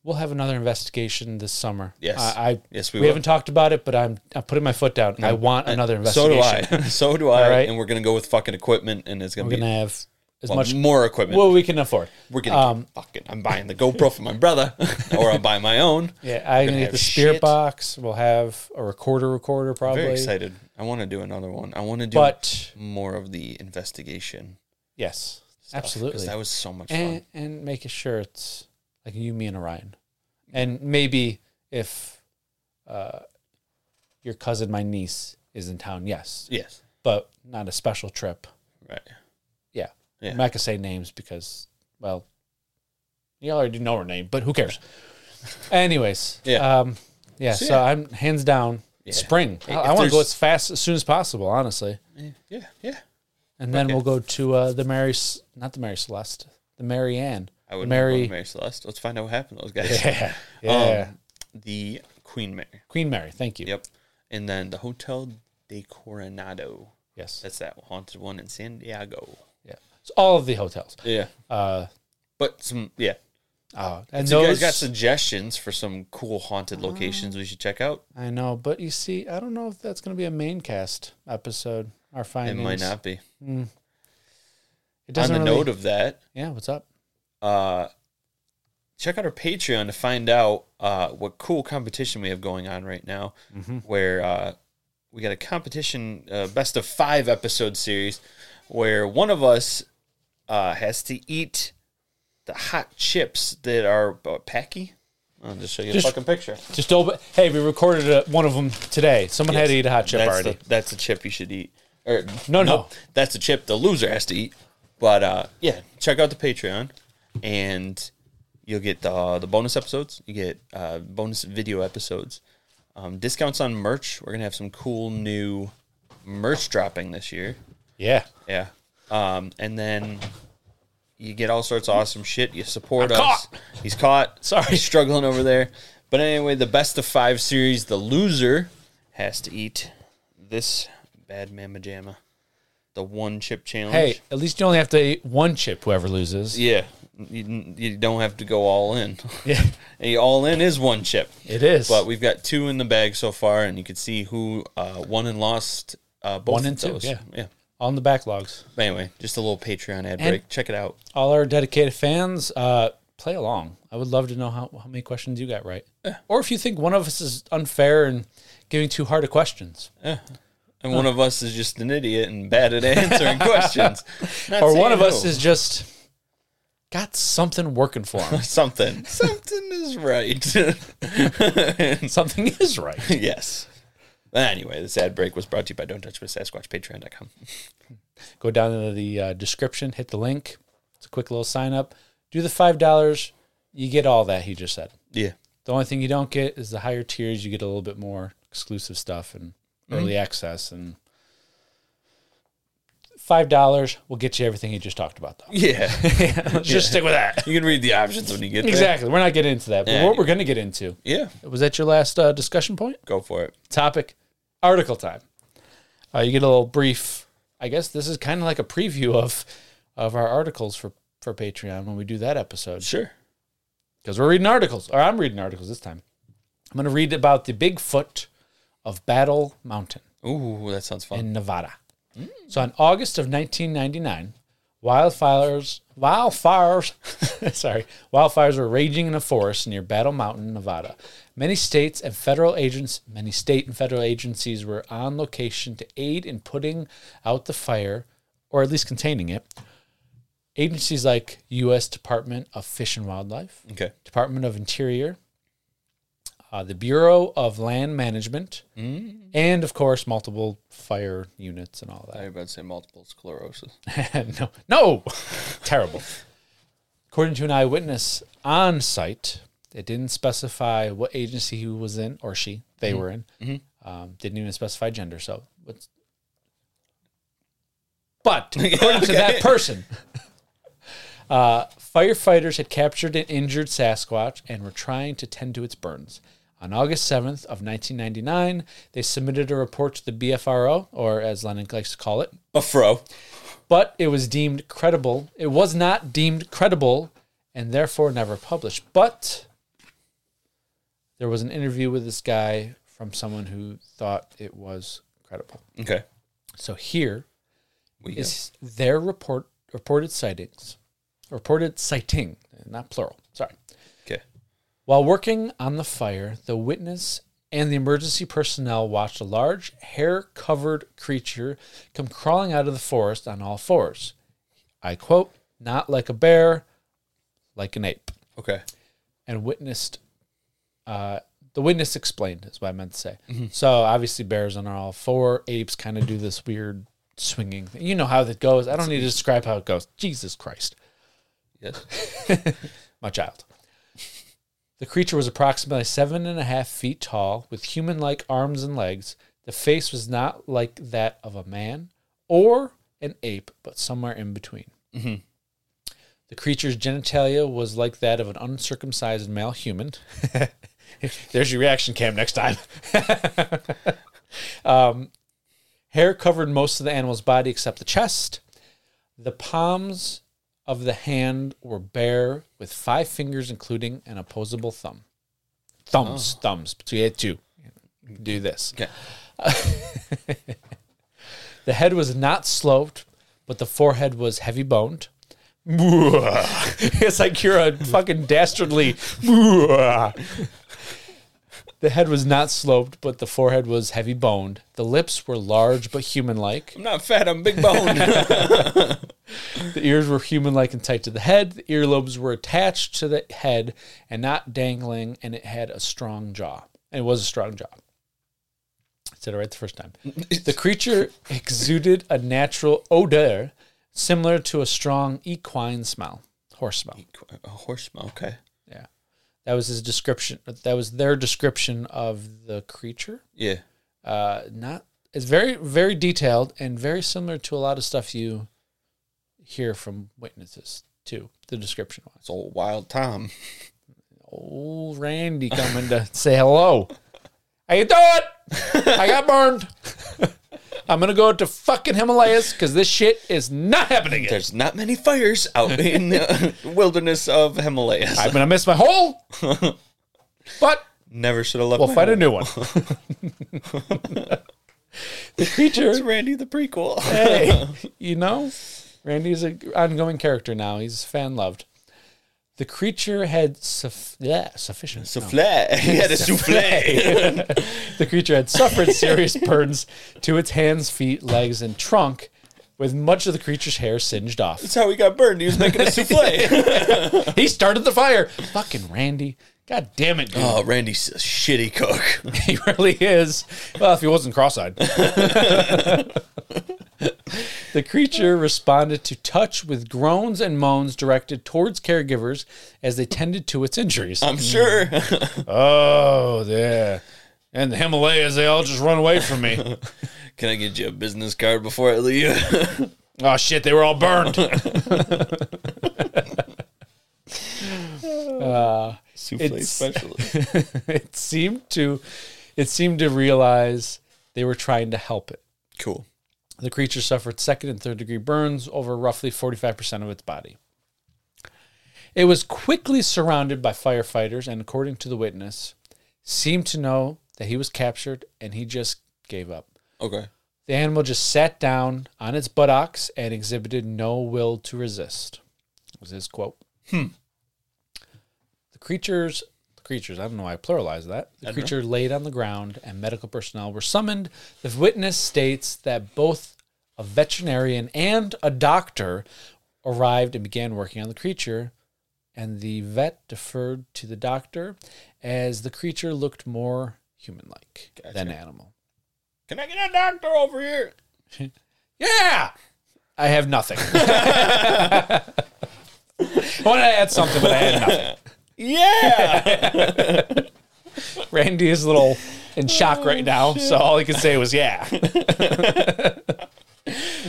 we'll have another investigation this summer.
Yes.
I, I
Yes,
we,
we will.
haven't talked about it, but I'm I'm putting my foot down. I want another
of- So
investigation.
do I. so do I.
right.
And we're gonna go with fucking equipment, and it's gonna
We're
be
gonna have as
well,
much
more equipment.
well um, we can afford.
we're gonna get fucking. I'm buying the GoPro for my brother, or I'll buy my own.
Yeah, I'm gonna get
have
the spirit
shit.
box. We'll have a recorder, recorder probably.
Very excited. I want to do another one. I want to do
But
more of the investigation.
yes,
because
absolutely,
that was so much fun.
and and making sure it's like you, me, and Orion, and maybe if uh, your cousin, my niece, is in town, yes,
Yes.
but not a special trip.
Right.
Yeah.
Yeah.
I'm not gonna say names because, well, you already know her name, but who cares? Anyways,
Yeah.
um, yeah. So,
So, yeah.
I'm hands down spring. I,
if
want to go
there's-
as fast as soon as possible, honestly,
Yeah. Eh, Yeah. yeah.
and then we'll go to uh, the Mary, S- not the Mary Celeste, the Mary Ann.
I would
Mary-
Mary Mary Celeste. Let's find out what happened to those guys.
Yeah, yeah.
Um, the Queen Mary.
Queen Mary. Thank you.
Yep. And then the Hotel de Coronado.
Yes.
That's that haunted one in San Diego.
Yeah. So all of the hotels.
Yeah.
Uh,
But some yeah.
uh, and
So you
those.
guys got suggestions for some cool haunted locations we should check out?
I know, but you see, I don't know if that's going to be a main cast episode. Our
It
findings.
might not be.
It
On
doesn't
the
really-
note of that,
yeah. What's up?
uh check out our Patreon to find out uh what cool competition we have going on right now
Mm-hmm.
where uh we got a competition uh, best of 5 episode series where one of us uh has to eat the hot chips that are uh, packy. I'll just show you
Just-
the fucking picture.
Just open. Hey, we recorded a, one of them today. Someone had to eat a hot chip
that's
already.
The, that's the chip you should eat. Or
No, no.
that's the chip the loser has to eat. But uh, yeah, check out the Patreon, and you'll get the the bonus episodes. You get uh, bonus video episodes. Um, discounts on merch. We're gonna have some cool new merch dropping this year.
Yeah.
Yeah. Um, and then you get all sorts of awesome shit. You support
I'm
us.
caught.
He's caught.
Sorry.
He's struggling over there. But anyway, the best of five series, the loser has to eat this bad mamma jamma. The one chip challenge.
Hey, at least you only have to eat one chip. Whoever loses.
Yeah. You, you don't have to go all in.
Yeah.
Hey, all in is one chip.
It is.
But we've got two in the bag so far, and you can see who uh, won and lost uh, both
One
of
and two,
those.
yeah.
yeah.
on the backlogs.
But anyway, just a little Patreon ad break. Check it out.
all our dedicated fans, uh, play along. I would love to know how, how many questions you got right, or if you think one of us is unfair and giving too hard of questions,
and one of us is just an idiot and bad at answering questions, Not
or
saying
one of us
no.
is just got something working for him.
something. Something is right.
something is right.
yes. Anyway, this ad break was brought to you by Don't Touch My Sasquatch, Patreon.com.
Go down into the uh, description, hit the link. It's a quick little sign up. Do the five dollars, you get all that he just said.
Yeah.
The only thing you don't get is the higher tiers. You get a little bit more exclusive stuff and
Mm-hmm.
early access and. Five dollars will get you everything he just talked about, though.
Yeah.
Let's just stick with that.
you can read the options when you get there.
Exactly. We're not getting into that. But
Yeah.
what we're going to get into
Yeah.
was that your last uh, discussion point,
Go for it.
topic, article time. Uh, you get a little brief. I guess this is kind of like a preview of of our articles for for Patreon when we do that episode
Sure.
because we're reading articles, or I'm reading articles this time. I'm going to read about the Bigfoot of Battle Mountain
Ooh, that sounds fun.
in Nevada. So in August of 1999, wildfires wildfires sorry wildfires were raging in a forest near Battle Mountain, Nevada. Many states and federal agents many state and federal agencies were on location to aid in putting out the fire or at least containing it. Agencies like U.S. Department of Fish and Wildlife,
okay.
Department of Interior, uh, the Bureau of Land Management, and of course multiple fire units and all
I
that.
was about to say multiple sclerosis.
no, no, terrible. According to an eyewitness on site, it didn't specify what agency he was in or she they were in. Um, didn't even specify gender. So, what's... but according to that person, uh, firefighters had captured an injured Sasquatch and were trying to tend to its burns. On August 7th of 1999, they submitted a report to the BFRO, or as Lennon likes to call it,
A fro.
but it was deemed credible. It was not deemed credible and therefore never published. But there was an interview with this guy from someone who thought it was credible.
Okay.
So here
We
is their report reported sightings. Reported sighting, not plural. Sorry.
okay.
While working on the fire, the witness and the emergency personnel watched a large, hair covered creature come crawling out of the forest on all fours. I quote, not like a bear, like an ape.
Okay.
And witnessed, uh, the witness explained, is what I meant to say. So obviously, bears on all four, apes kind of do this weird swinging thing. You know how that goes. I don't need to describe how it goes. Jesus Christ
Yes.
my child. The creature was approximately seven and a half feet tall, with human like arms and legs. The face was not like that of a man or an ape, but somewhere in between. The creature's genitalia was like that of an uncircumcised male human. There's your reaction cam next time. Um, hair covered most of the animal's body except the chest. The palms of the hand were bare with five fingers, including an opposable thumb. Thumbs, thumbs. So you had two. Do this.
Okay.
The head was not sloped, but the forehead was heavy boned. it's like you're a fucking dastardly. the head was not sloped, but the forehead was heavy boned. The lips were large but human like.
I'm not fat. I'm big boned.
The ears were human like and tight to the head. The earlobes were attached to the head and not dangling, and it had a strong jaw. And it was a strong jaw. I said it right the first time. The creature exuded a natural odor similar to a strong equine smell, horse smell.
a horse. Okay.
Yeah. That was his description. That was their description of the creature.
Yeah.
Uh, not it's very very detailed and very similar to a lot of stuff you hear from witnesses too. The description was
It's old Wild Tom.
old Randy coming to say hello. How you doing? I got burned. I'm gonna go to fucking Himalayas because this shit is not happening. Again.
There's not many fires out in the wilderness of Himalayas.
I'm gonna miss my hole, but
Never should have left.
we'll
my
find a
home.
new one. the creature
It's Randy the prequel.
hey, you know, Randy's an ongoing character now. He's fan loved. The creature had suff- yeah, sufficient.
Souffle. He had a souffle.
The creature had suffered serious burns to its hands, feet, legs, and trunk, with much of the creature's hair singed off.
That's how he got burned. He was making a souffle.
He started the fire. Fucking Randy. God damn it, dude.
oh, Randy's a shitty cook.
He really is. Well, if he wasn't cross-eyed. the creature responded to touch with groans and moans directed towards caregivers as they tended to its injuries.
I'm sure.
oh, yeah. And the Himalayas, they all just run away from me.
Can I get you a business card before I leave?
oh, shit, they were all burned.
souffle
It's-
specialist.
it seemed to it seemed to realize they were trying to help it.
Cool.
The creature suffered second and third degree burns over roughly 45% of its body. It was quickly surrounded by firefighters and, according to the witness, seemed to know that he was captured and he just gave up.
Okay.
The animal just sat down on its buttocks and exhibited no will to resist. Was his quote. Hmm. The creatures, the creatures. I don't know why I pluralized that. The creature laid on the ground, and medical personnel were summoned. The witness states that both a veterinarian and a doctor arrived and began working on the creature, and the vet deferred to the doctor as the creature looked more human-like than animal.
Can I get a doctor over here?
Yeah. I have nothing. I wanted to add something, but I had nothing.
Yeah.
Randy is a little in shock
Oh,
right now, so all he could say was, yeah. Uh.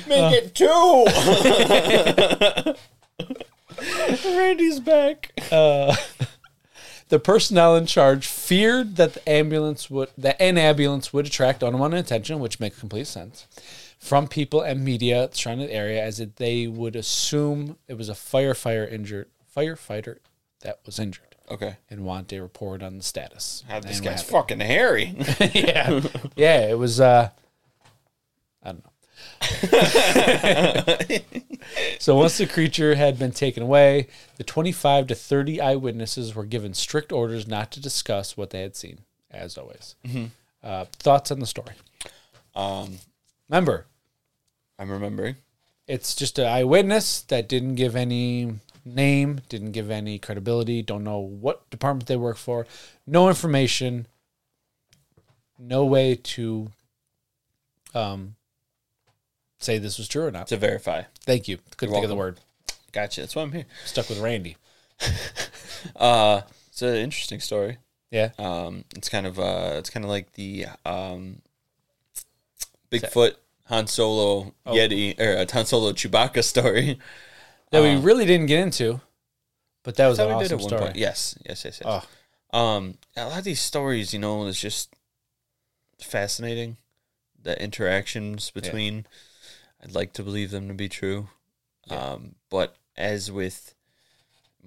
Make it two. Randy's back.
Uh, The personnel in charge feared that the ambulance would that an ambulance would attract unwanted attention, which makes complete sense, from people and media surrounding the area, as it, they would assume it was a firefighter injured firefighter that was injured
Okay.
and want a report on the status.
God, this
And
guy's
what
fucking hairy.
yeah, yeah. It was. Uh, I don't know. so once the creature had been taken away, the 25 to 30 eyewitnesses were given strict orders not to discuss what they had seen, as always. Uh, thoughts on the story?
um,
Remember,
I'm remembering.
it's just an eyewitness that didn't give any name, didn't give any credibility, don't know what department they work for, no information, no way to um, say this was true or not.
To verify.
Thank you. Couldn't think of the
welcome.
word.
Gotcha. That's why I'm here.
Stuck with Randy.
Uh, it's an interesting story.
Yeah.
Um, it's kind of uh, it's kind of like the um, Bigfoot Han Solo Yeti or uh, Han Solo Chewbacca story.
That we really didn't get into, but that was
That
an
Uh, we did
awesome
at one
story.
point. Yes, yes, yes, yes.
Oh.
Um, a lot of these stories, you know, is just fascinating. The interactions between, I'd like to believe them to be true, um, but as with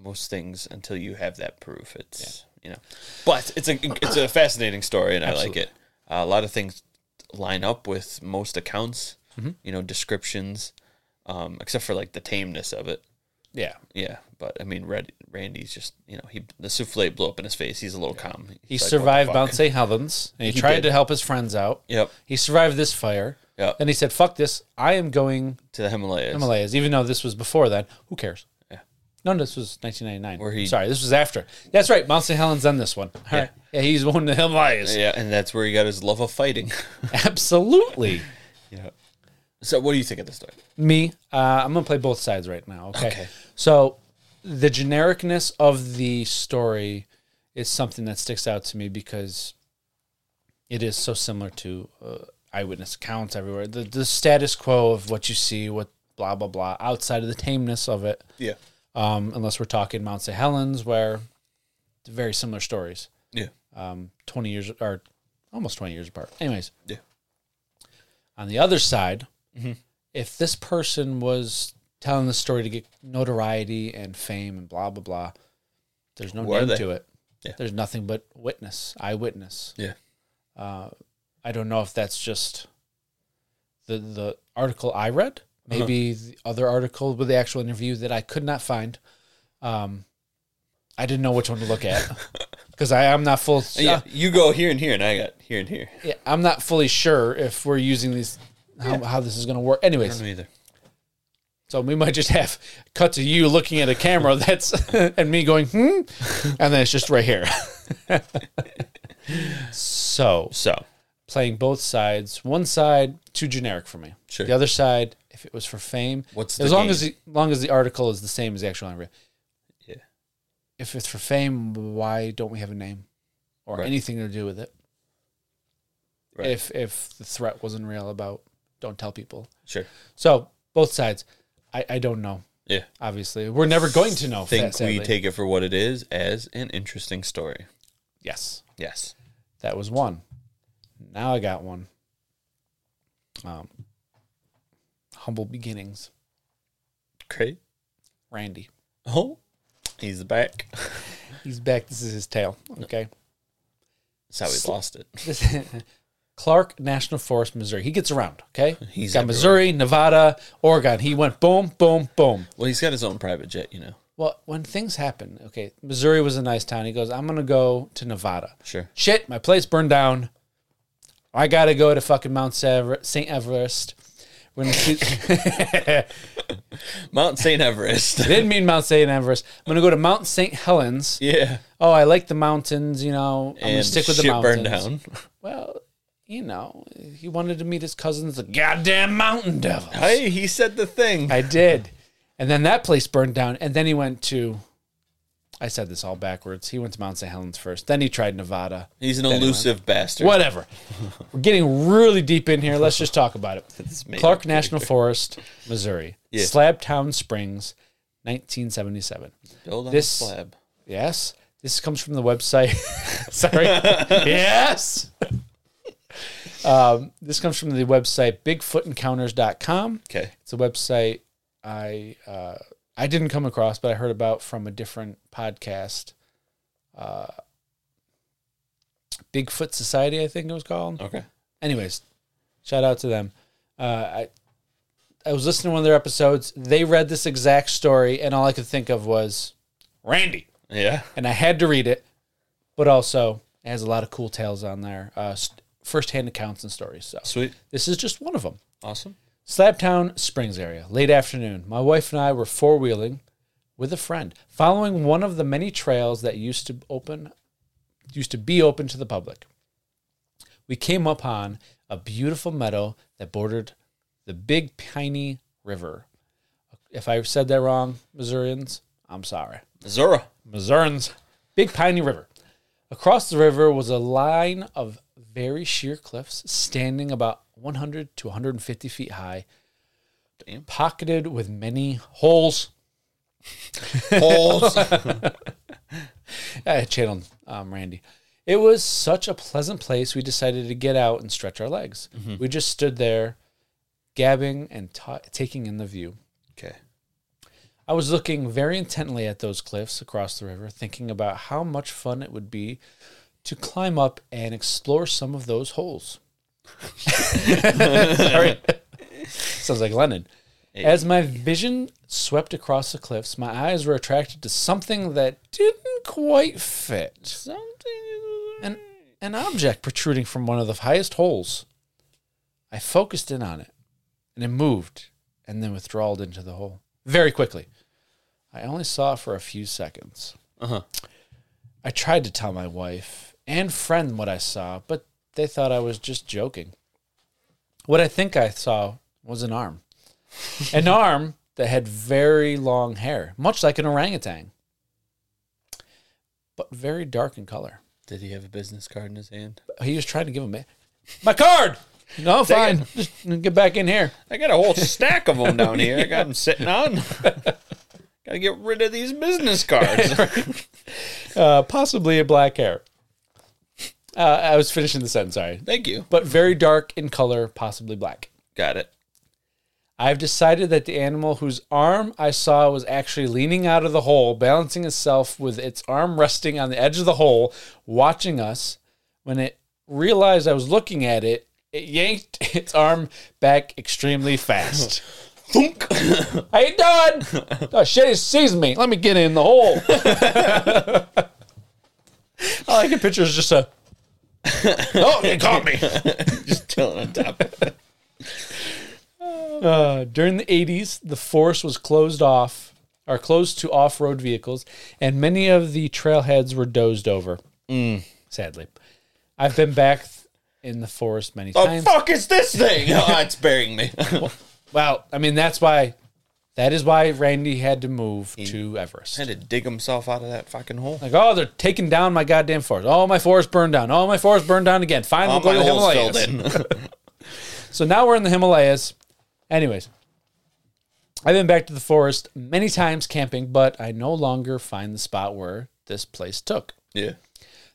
most things, until you have that proof, it's you know. But it's a it's a fascinating story, and I like it. Uh, a lot of things line up with most accounts,
Mm-hmm.
you know, descriptions, um, except for like the tameness of it.
Yeah.
Yeah, but I mean, Red, Randy's just you know he the souffle blew up in his face. He's a little calm.
He
He's like,
survived
"What
Mount St. Helens and he,
He
tried
did.
to help his friends out.
the fuck?" Yep,
He survived this fire.
Yep.
And he said, fuck this. I am going
to the Himalayas.
Himalayas, even though this was before then. Who cares?
Yeah.
No, this was 1999.
Where he-
Sorry, this was after. That's right. Mount St. Helens on this one. All right. Yeah, he's one of the Himalayas.
Yeah, and that's where he got his love of fighting.
Absolutely.
yeah. So, what do you think of this story?
Me, uh, I'm going to play both sides right now. Okay?
Okay.
So, the genericness of the story is something that sticks out to me because it is so similar to uh, eyewitness accounts everywhere. The the status quo of what you see, what blah blah blah, outside of the tameness of it.
Yeah.
Um, unless we're talking Mount St. Helens, where very similar stories.
Yeah.
Um, twenty years or almost twenty years apart. Anyways,
Yeah. Mm-hmm.
on the other side, if this person was telling the story to get notoriety and fame and blah blah blah, there's no
Who are
name
they?
to it.
Yeah.
There's nothing but witness, eyewitness.
Yeah.
I don't know if that's just the the article I read, maybe the other article with the actual interview that I could not find. Um, I didn't know which one to look at because I am not full.
Yeah. You go here and here, and I got here and here.
yeah, I'm not fully sure if we're using these how, how this is going to work. Anyways,
either.
So we might just have cut to you looking at a camera that's and me going, hmm, and then it's just right here. so
So
playing both sides, one side too generic for me.
Sure.
The other side, if it was for fame,
What's
as
the
long
game?
as the, long as the article is the same as the actual interview.
Yeah.
If it's for fame, why don't we have a name or
Right.
anything to do with it?
Right.
If if the threat wasn't real about don't tell people.
sure.
So both sides, I, I don't know
Yeah.
obviously. We're never going to know.
Think
sadly.
we take it for what it is as an interesting story.
Yes,
Yes.
that was one. Now I got one. Um, humble beginnings,
Great.
Randy.
Oh, he's back.
He's back. This is his tale. Okay.
That's how he lost it.
This- Clark National Forest, Missouri. He gets around. Okay.
He's
got
everywhere.
Missouri, Nevada, Oregon. He went boom, boom, boom.
Well, he's got his own private jet, you know.
Well, when things happen, okay, Missouri was a nice town. He goes, I'm gonna go to Nevada.
Sure.
shit, my place burned down. I gotta go to fucking Mount Sever- St. Everest. We're gonna see-
Mount St. Everest.
didn't mean Mount St. Everest. I'm gonna go to Mount St. Helens.
yeah.
Oh, I like the mountains, you know. I'm gonna
And
stick with the
shit
mountains.
burned down.
Well, you know, he wanted to meet his cousins, the goddamn mountain devil.
Hey, he said the thing.
I did. And then that place burned down. And then he went to, I said this all backwards. He went to Mount St. Helens first. Then he tried Nevada.
He's an elusive bastard.
Whatever. We're getting really deep in here. Let's just talk about it.
This man.
Clark National Forest, Missouri.
Yeah.
Slabtown Springs, 1977.
Build on
this-
this slab.
Yes. This comes from the website. Sorry. yes. Um, this comes from the website bigfootencounters.com.
Okay.
It's a website I uh, I didn't come across, but I heard about from a different podcast. Uh, Bigfoot Society, I think it was called
Okay.
anyways, shout out to them. Uh, I I was listening to one of their episodes. They read this exact story, and all I could think of was Randy,
Yeah.
and I had to read it. But also, it has a lot of cool tales on there, uh, st- firsthand accounts and stories. So
Sweet.
this is just one of them.
Awesome.
Slabtown Springs area, late afternoon. My wife and I were four wheeling with a friend, following one of the many trails that used to open used to be open to the public. We came upon a beautiful meadow that bordered the Big Piney River. If I said that wrong, Missourians, I'm sorry.
Zora.
Missourians. Big Piney River. Across the river was a line of very sheer cliffs standing about 100 to 150 feet high,
Damn.
pocketed with many holes.
Holes.
I channeled um, Randy. It was such a pleasant place, we decided to get out and stretch our legs. We just stood there, gabbing and ta taking in the view.
okay.
I was looking very intently at those cliffs across the river, thinking about how much fun it would be to climb up and explore some of those holes. Sorry. Sounds like Lennon. As my vision swept across the cliffs, my eyes were attracted to something that didn't quite fit.
Something.
An, an object protruding from one of the highest holes. I focused in on it, and it moved and then withdrawed into the hole very quickly. I only saw it for a few seconds.
Uh huh.
I tried to tell my wife and friend what I saw, but they thought I was just joking. What I think I saw was an arm. an arm that had very long hair, much like an orangutan. but very dark in color.
Did he have a business card in his hand?
He was trying to give him a, my card. No, fine. Just get back in here.
I got a whole stack of them down here. I got them sitting on. Gotta get rid of these business cards.
Uh, possibly a black hair. Uh, I was finishing the sentence. Sorry,
Thank you.
but very dark in color, possibly black.
Got it.
I've decided that the animal whose arm I saw was actually leaning out of the hole, balancing itself with its arm resting on the edge of the hole, watching us. When it realized I was looking at it, it yanked its arm back extremely fast.
Thunk.
How you doing? Oh shit! It sees me. Let me get in the hole. All I can picture is just a. Oh, they caught me.
Just chilling on top.
Uh, during the 80s, the forest was closed off or closed to off road vehicles, and many of the trailheads were dozed over. Mm. Sadly, I've been back th- in the forest many
The
times.
fuck is this thing? Oh, it's burying me.
Well, I mean, that's why that is why Randy had to move to Everest.
Had to dig himself out of that fucking hole.
Like, oh, they're taking down my goddamn forest. Oh, my forest burned down. Oh, my forest burned down again. Fine, we'll
All
go
Oh, my
to the
holes filled
Himalayas.
in.
So now we're in the Himalayas. Anyways, I've been back to the forest many times camping, but I no longer find the spot where this place took.
yeah.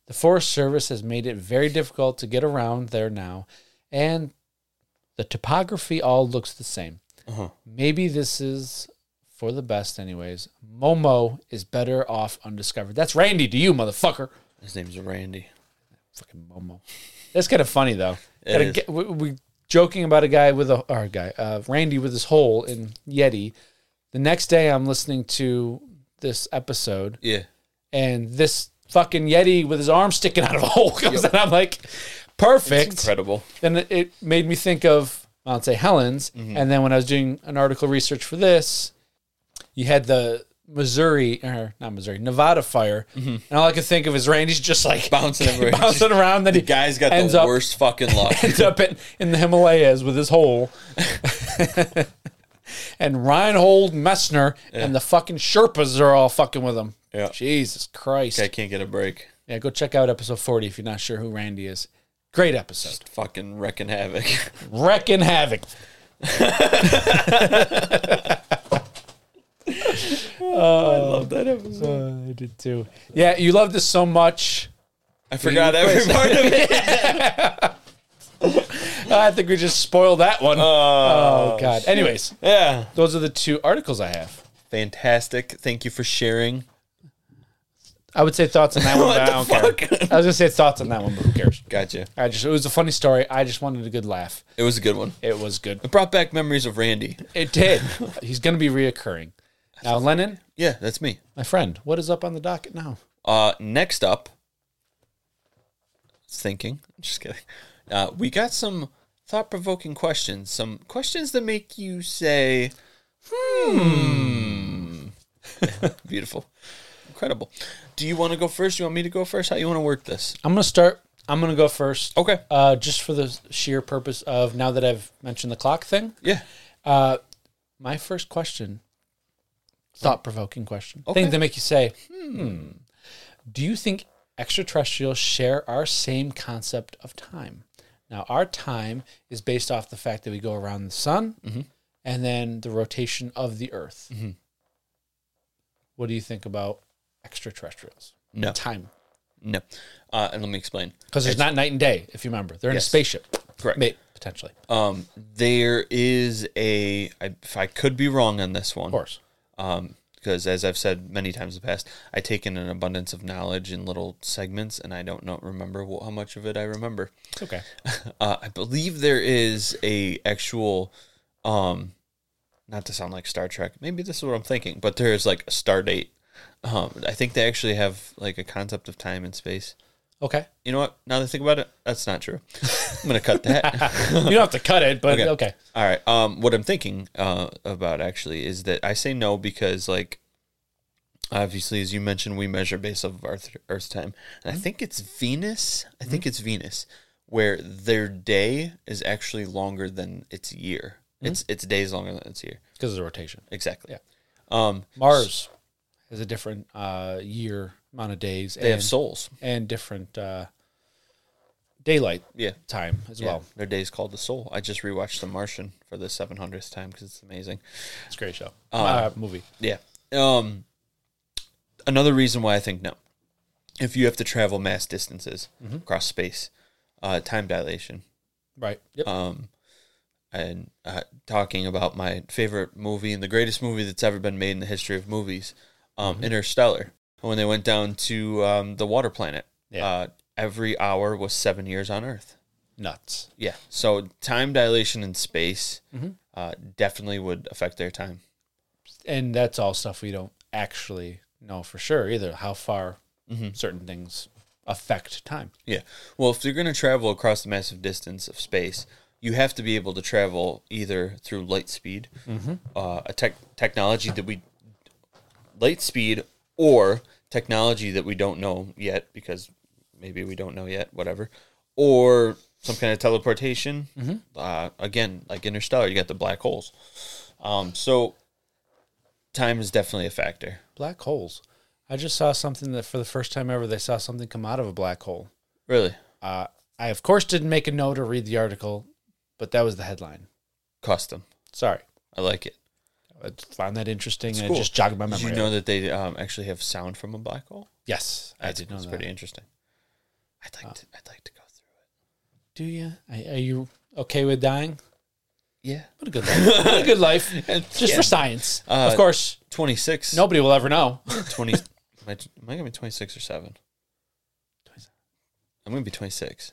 The Forest Service has made it very difficult to get around there now, and the topography all looks the same.
Uh-huh.
Maybe this is for the best, anyways. Momo is better off undiscovered. That's Randy to you, motherfucker.
His name's Randy.
Fucking Momo. That's kind of funny though.
It
Gotta
is.
get- we, we joking about a guy with a or a guy, uh, Randy with his hole in Yeti. The next day, I'm listening to this episode,
Yeah.
and this fucking Yeti with his arm sticking out of a hole comes, and I'm like, perfect.
Incredible.
And it- it made me think of Mount St. Helens,
Mm-hmm.
and then when I was doing an article research for this, you had the. Missouri or not Missouri, Nevada fire,
Mm-hmm.
and all I could think of is Randy's just like
Bouncing everywhere.
bouncing around. Then he
Guy's got
ends
the
up
worst fucking luck.
ends up in, in the Himalayas with his hole. and Reinhold Messner and the fucking Sherpas are all fucking with him.
Yeah.
Jesus Christ.
I can't get a break.
Yeah, go check out episode 40 if you're not sure who Randy is. Great episode.
Fucking wrecking havoc.
Wrecking havoc.
Love that episode.
Uh, I did too. Yeah, you loved this so much.
I forgot every part of it.
I think we just spoiled that one. oh, God. Anyways,
Uh, Yeah.
those are the two articles I have.
Fantastic. Thank you for sharing.
I would say thoughts on that one, but I don't care. I was going to say thoughts on that one, but who cares?
Gotcha.
I just, it was a funny story. I just wanted a good laugh.
It was a good one.
It was good.
It brought back memories of Randy.
It did. He's going to be reoccurring. Now, Lennon,
Yeah, that's me.
my friend, what is up on the docket now?
Uh, next up, it's thinking. Just kidding. Uh, we got some thought-provoking questions. Some questions that make you say, "Hmm." Beautiful, incredible. Do you want to go first? You want me to go first? How you want to work this?
I'm going to start. I'm going to go first.
Okay.
Uh, just for the sheer purpose of now that I've mentioned the clock thing,
Yeah.
my first question, thought provoking question,
Okay.
things that make you say, hmm, do you think extraterrestrials share our same concept of time? Now, our time is based off the fact that we go around the sun
Mm-hmm.
and then the rotation of the earth. What do you think about extraterrestrials?
No.
Time.
No. Uh, and let me explain.
Because there's not night and day, if you remember. They're in
Yes.
a spaceship.
Correct.
May- potentially. Of
Um, there is a. I, if I could be wrong on this one,
course.
because Um, as I've said many times in the past, I take in an abundance of knowledge in little segments, and I don't know, remember wh- how much of it I remember.
It's okay.
Uh, I believe there is a actual, um, not to sound like Star Trek. Maybe this is what I'm thinking, but there is like a star date. Um, I think they actually have like a concept of time and space.
Okay.
You know what? Now that I think about it, that's not true. I'm gonna cut that.
you don't have to cut it, but okay.
Okay. All right. Um, what I'm thinking uh, about actually is that I say no because, like, obviously, as you mentioned, we measure based off of Earth, Earth's time, and I think it's Venus. I think it's Venus, where their day is actually longer than its year. It's it's days longer than its year.
Because of the rotation.
Exactly.
Yeah.
Um,
Mars has a different uh, year amount of days.
They
and,
have souls.
and different uh, daylight
Yeah.
time as
Yeah,
well.
their day's called The Soul. I just rewatched The Martian for the 700th time because it's amazing.
It's a great show. Uh, movie.
Yeah. Um, another reason why I think no. If you have to travel mass distances across space, uh, time dilation.
Right. Yep.
Um, and uh, talking about my favorite movie and the greatest movie that's ever been made in the history of movies, um, Interstellar. When they went down to um, the water planet,
Yeah.
uh, every hour was seven years on Earth.
Nuts.
Yeah. So time dilation in space uh, definitely would affect their time.
And that's all stuff we don't actually know for sure either. How far
Mm-hmm.
certain things affect time.
Yeah. Well, if you're going to travel across the massive distance of space, you have to be able to travel either through light speed, uh, a tech technology that we light speed or technology that we don't know yet because maybe we don't know yet, whatever, or some kind of teleportation. Uh, again, like interstellar, you got the black holes. Um, so time is definitely a factor.
Black holes. I just saw something that for the first time ever they saw something come out of a black hole.
Really,
Uh, I of course didn't make a note or read the article, but that was the headline.
custom.
Sorry.
I like it.
I just found that interesting and
cool.
it just jogged my
Did
memory.
you know that they um, actually have sound from a black hole?
yes, I did know
It's
that.
pretty interesting. I'd like to. I'd like to go through
Do you? Are, are you okay with dying?
it. Yeah.
What a good life. what a good life. Just for science.
Uh,
of course,
Twenty six.
nobody will ever know.
Twenty. am, I, am I gonna be twenty six or seven?
27.
I'm gonna be twenty six.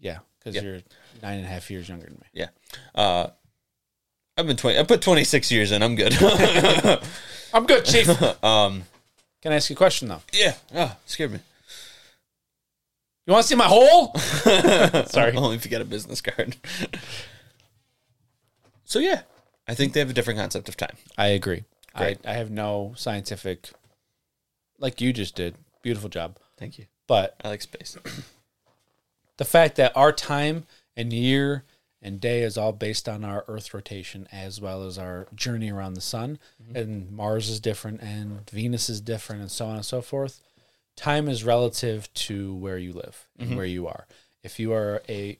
yeah, because
Yeah.
you're nine and a half years younger than me.
Yeah. Uh, I've been twenty. I put twenty six years in. I'm good.
I'm good, Chief.
um.
Can I ask you a question, though?
Yeah. Ah, scared me.
You want to see my hole? Sorry.
Only if you get a business card. so yeah, I think they have a different concept of time.
I agree. I,
Great.
I have no scientific, like you just did. Beautiful job.
Thank you.
But
I like space.
the fact that our time and year and day is all based on our Earth rotation as well as our journey around the sun, and Mars is different, and Venus is different, and so on and so forth. Time is relative to where you live and where you are. If you are a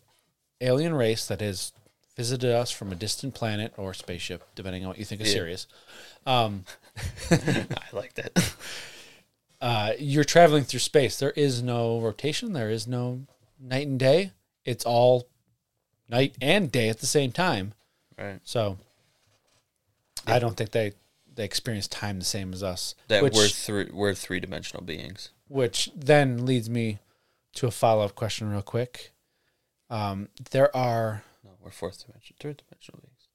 alien race that has visited us from a distant planet or spaceship, depending on what you think is serious,
I like that.
uh, you're traveling through space. There is no rotation. There is no night and day. It's all night and day at the same time.
Right.
So I don't think they they experience time the same as us.
That
which,
we're three. We're three dimensional beings.
which then leads me to a follow up question, real quick. Um, there are
No, we're fourth dimension, third dimensional beings.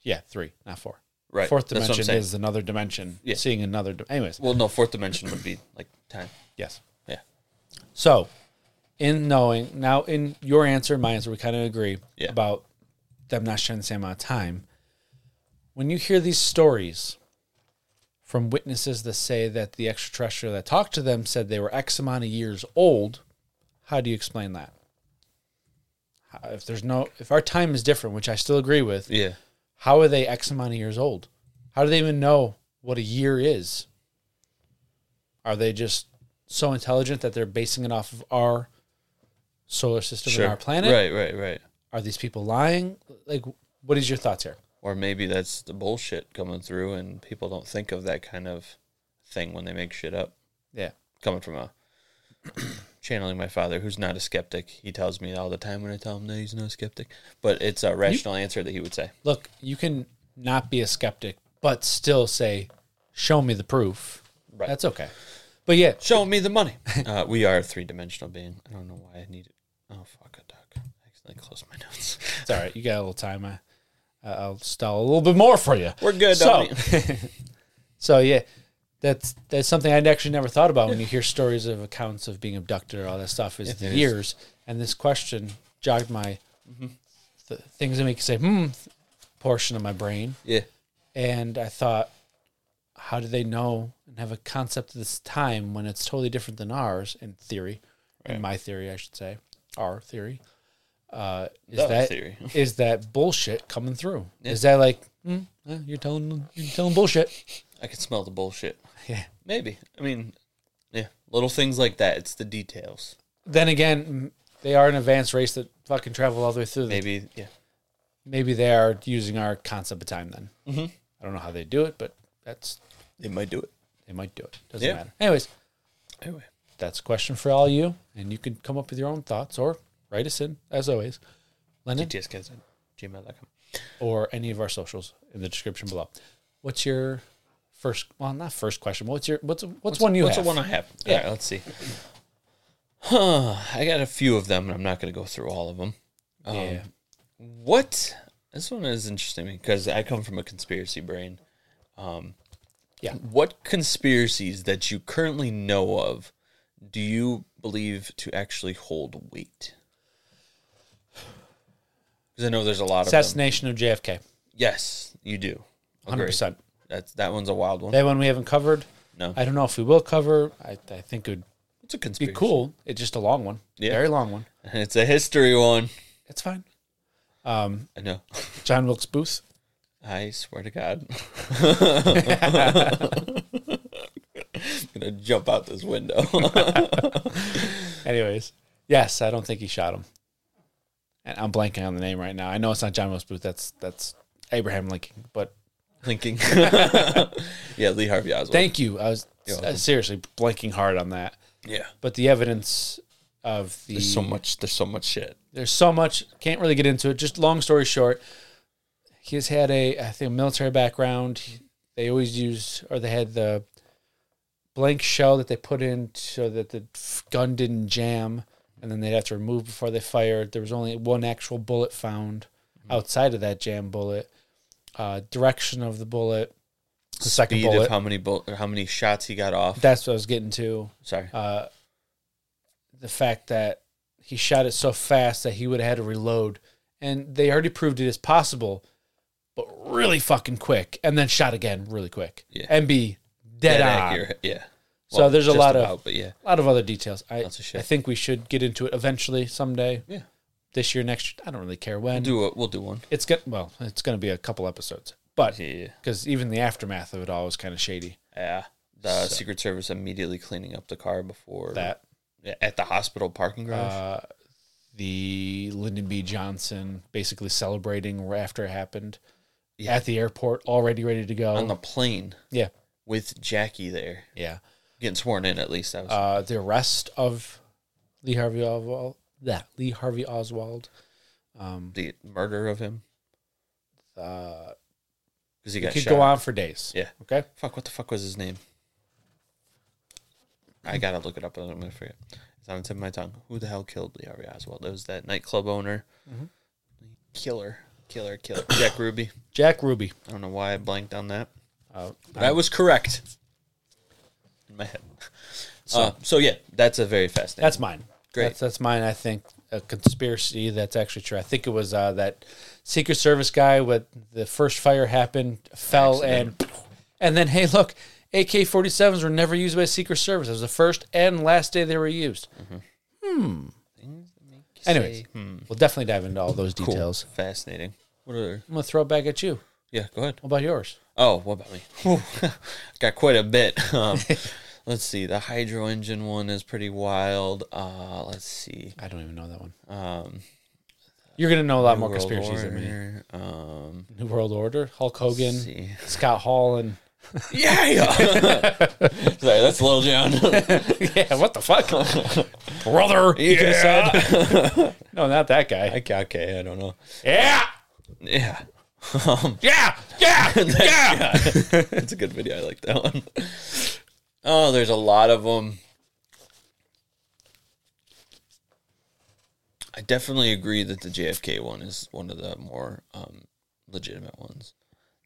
yeah three, not four.
Right.
Fourth
That's what I'm
dimension
saying.
is another dimension.
Yeah.
Seeing another. Di- Anyways,
Well, no, fourth dimension would be like time.
yes.
Yeah.
So, in knowing now, in your answer and my answer, we kind of agree
Yeah.
about them not sharing the same amount of time. When you hear these stories from witnesses that say that the extraterrestrial that talked to them said they were X amount of years old, how do you explain that? How- If there's no, if our time is different, which I still agree with,
Yeah.
how are they X amount of years old? How do they even know what a year is? Are they just so intelligent that they're basing it off of our solar system and our planet?
Right, right, right.
Are these people lying? Like, what is your thoughts here?
Or maybe that's the bullshit coming through, and people don't think of that kind of thing when they make shit up.
Yeah.
Coming from a channeling my father, who's not a skeptic, he tells me all the time when I tell him that he's not a skeptic. But it's a rational answer that he would say.
Look, you can not be a skeptic, but still say, show me the proof.
Right.
That's okay. But yeah,
Show me the money. uh, we are a three dimensional being. I don't know why I need it. Oh fuck a duck! I accidentally closed my notes.
it's all right. You got a little time. I, I'll stall a little bit more for you.
We're good.
So-
Donnie.
So yeah, that's that's something I'd actually never thought about when you hear stories of accounts of being abducted or all that stuff is the
it is.
years. And this question jogged my th- things that make you say hmm portion of my brain,
yeah.
and I thought, how do they know and have a concept of this time when it's totally different than ours in theory, in my theory I should say, our theory. Uh, is
The
that
theory.
is that bullshit coming through? Is that like hmm, eh, you're telling you're telling bullshit?
I can smell the bullshit.
Yeah.
Maybe. I mean, yeah, little things like that. It's the details.
Then again, m- they are an advanced race that fucking travel all the way through. the-
Maybe. Yeah.
maybe they are using our concept of time then. Mm-hmm. I don't know how they do it, but that's
They might do it.
they might do it. Doesn't
Yeah.
matter. Anyways,
Anyway.
that's a question for all you, and you can come up with your own thoughts or write us in as always, Lennon
TSKs at gmail.com.
or any of our socials in the description below. What's your first? Well, not first question. but What's your what's what's, one you
What's
have?
the one I have?
Yeah.
All right, let's see. Huh. I got a few of them, and I'm not going to go through all of them.
yeah.
Um, What? This one is interesting because I come from a conspiracy brain. Um,
Yeah.
What conspiracies that you currently know of do you believe to actually hold weight? Because I know there's a lot of them.
Assassination of JFK.
Yes, you do.
Hundred
Agree.
percent.
That's that one's a wild one.
That one we haven't covered.
No,
I don't know if we will cover. I, I think it would
it's a
be
conspiracy.
cool. It's just a long one.
Yeah.
Very long one.
It's a history one.
It's fine.
I know.
Um, John Wilkes Booth.
I swear to God. I'm gonna jump out this window.
Anyways, yes, I don't think he shot him. And I'm blanking on the name right now. I know it's not John Wilkes Booth. That's that's Abraham Lincoln. But
Thinking. yeah, Lee Harvey Oswald.
thank you. I was
You're
I
welcome.
seriously blanking hard on that.
yeah.
But the evidence of the
There's so much there's so much shit.
there's so much can't really get into it. Just long story short, he has had a I think a military background. He- They always used or they had the blank shell that they put in so that the f- gun didn't jam, and then they'd have to remove before they fired. There was only one actual bullet found
Mm-hmm.
outside of that jam bullet. Uh, direction of the bullet, the second
Speed
bullet.
of how many bull- or how many shots he got off.
That's what I was getting to
Sorry.
uh, the fact that he shot it so fast that he would have had to reload. And they already proved it is possible, but really fucking quick. And then shot again really quick.
Yeah.
And be dead,
Dead
on.
accurate. Yeah.
So there's a
just
lot of-
but yeah.
A lot of other details. I,
Lots of shit.
I think we should get into it eventually someday.
Yeah.
This year, next year. I don't really care when.
Do a, we'll do one.
It's going well, it's gonna be a couple episodes. But
Yeah.
because even the aftermath of it all was kind of shady.
Yeah. The Secret Service immediately cleaning up the car before
That
at the hospital parking garage.
Uh, the Lyndon B. Johnson basically celebrating after it happened
Yeah.
at the airport, already ready to go.
on the plane
yeah,
with Jackie there.
yeah.
Getting sworn in at least. I was
Uh, the arrest of Lee Harvey Oswald. That Lee Harvey Oswald.
the murder of him.
Uh,
Because he
it
got
could
shot.
go on for days.
Yeah.
Okay.
Fuck, what the fuck was his name? I gotta look it up. I'm gonna forget. It's on the tip of my tongue. Who the hell killed Lee Harvey Oswald? It was that nightclub owner. Killer. Killer, killer. Jack Ruby.
Jack Ruby.
I don't know why I blanked on that.
Uh,
But I was correct. In my head. So, uh, so yeah, that's a very fascinating.
That's mine.
Great.
That's, that's mine. I think a conspiracy that's actually true. I think it was uh, that Secret Service guy with the first fire happened, fell and and then hey look, AK forty sevens were never used by Secret Service. It was the first and last day they were used.
Mm-hmm.
Hmm. Anyways, we'll definitely dive into all those
Cool.
details.
Fascinating. What are
I'm gonna throw it back at you.
yeah? Go ahead.
What about yours?
Oh, what about me? Whew. Got quite a bit. Um, let's see. The hydro engine one is pretty wild. Uh, let's see.
I don't even know that one.
Um,
You're gonna know a lot more
World
conspiracies than me.
Order, Um,
New World Order, Hulk
let's
Hogan,
see.
Scott Hall, and
Yeah. yeah. Sorry, that's Lil John.
yeah, what the fuck, brother? You could have said. No, not that guy.
okay, okay, I don't know.
Yeah,
Yeah.
yeah, yeah, yeah.
It's a good video. I like that one. Oh, there's a lot of them. I definitely agree that the JFK one is one of the more um, legitimate ones.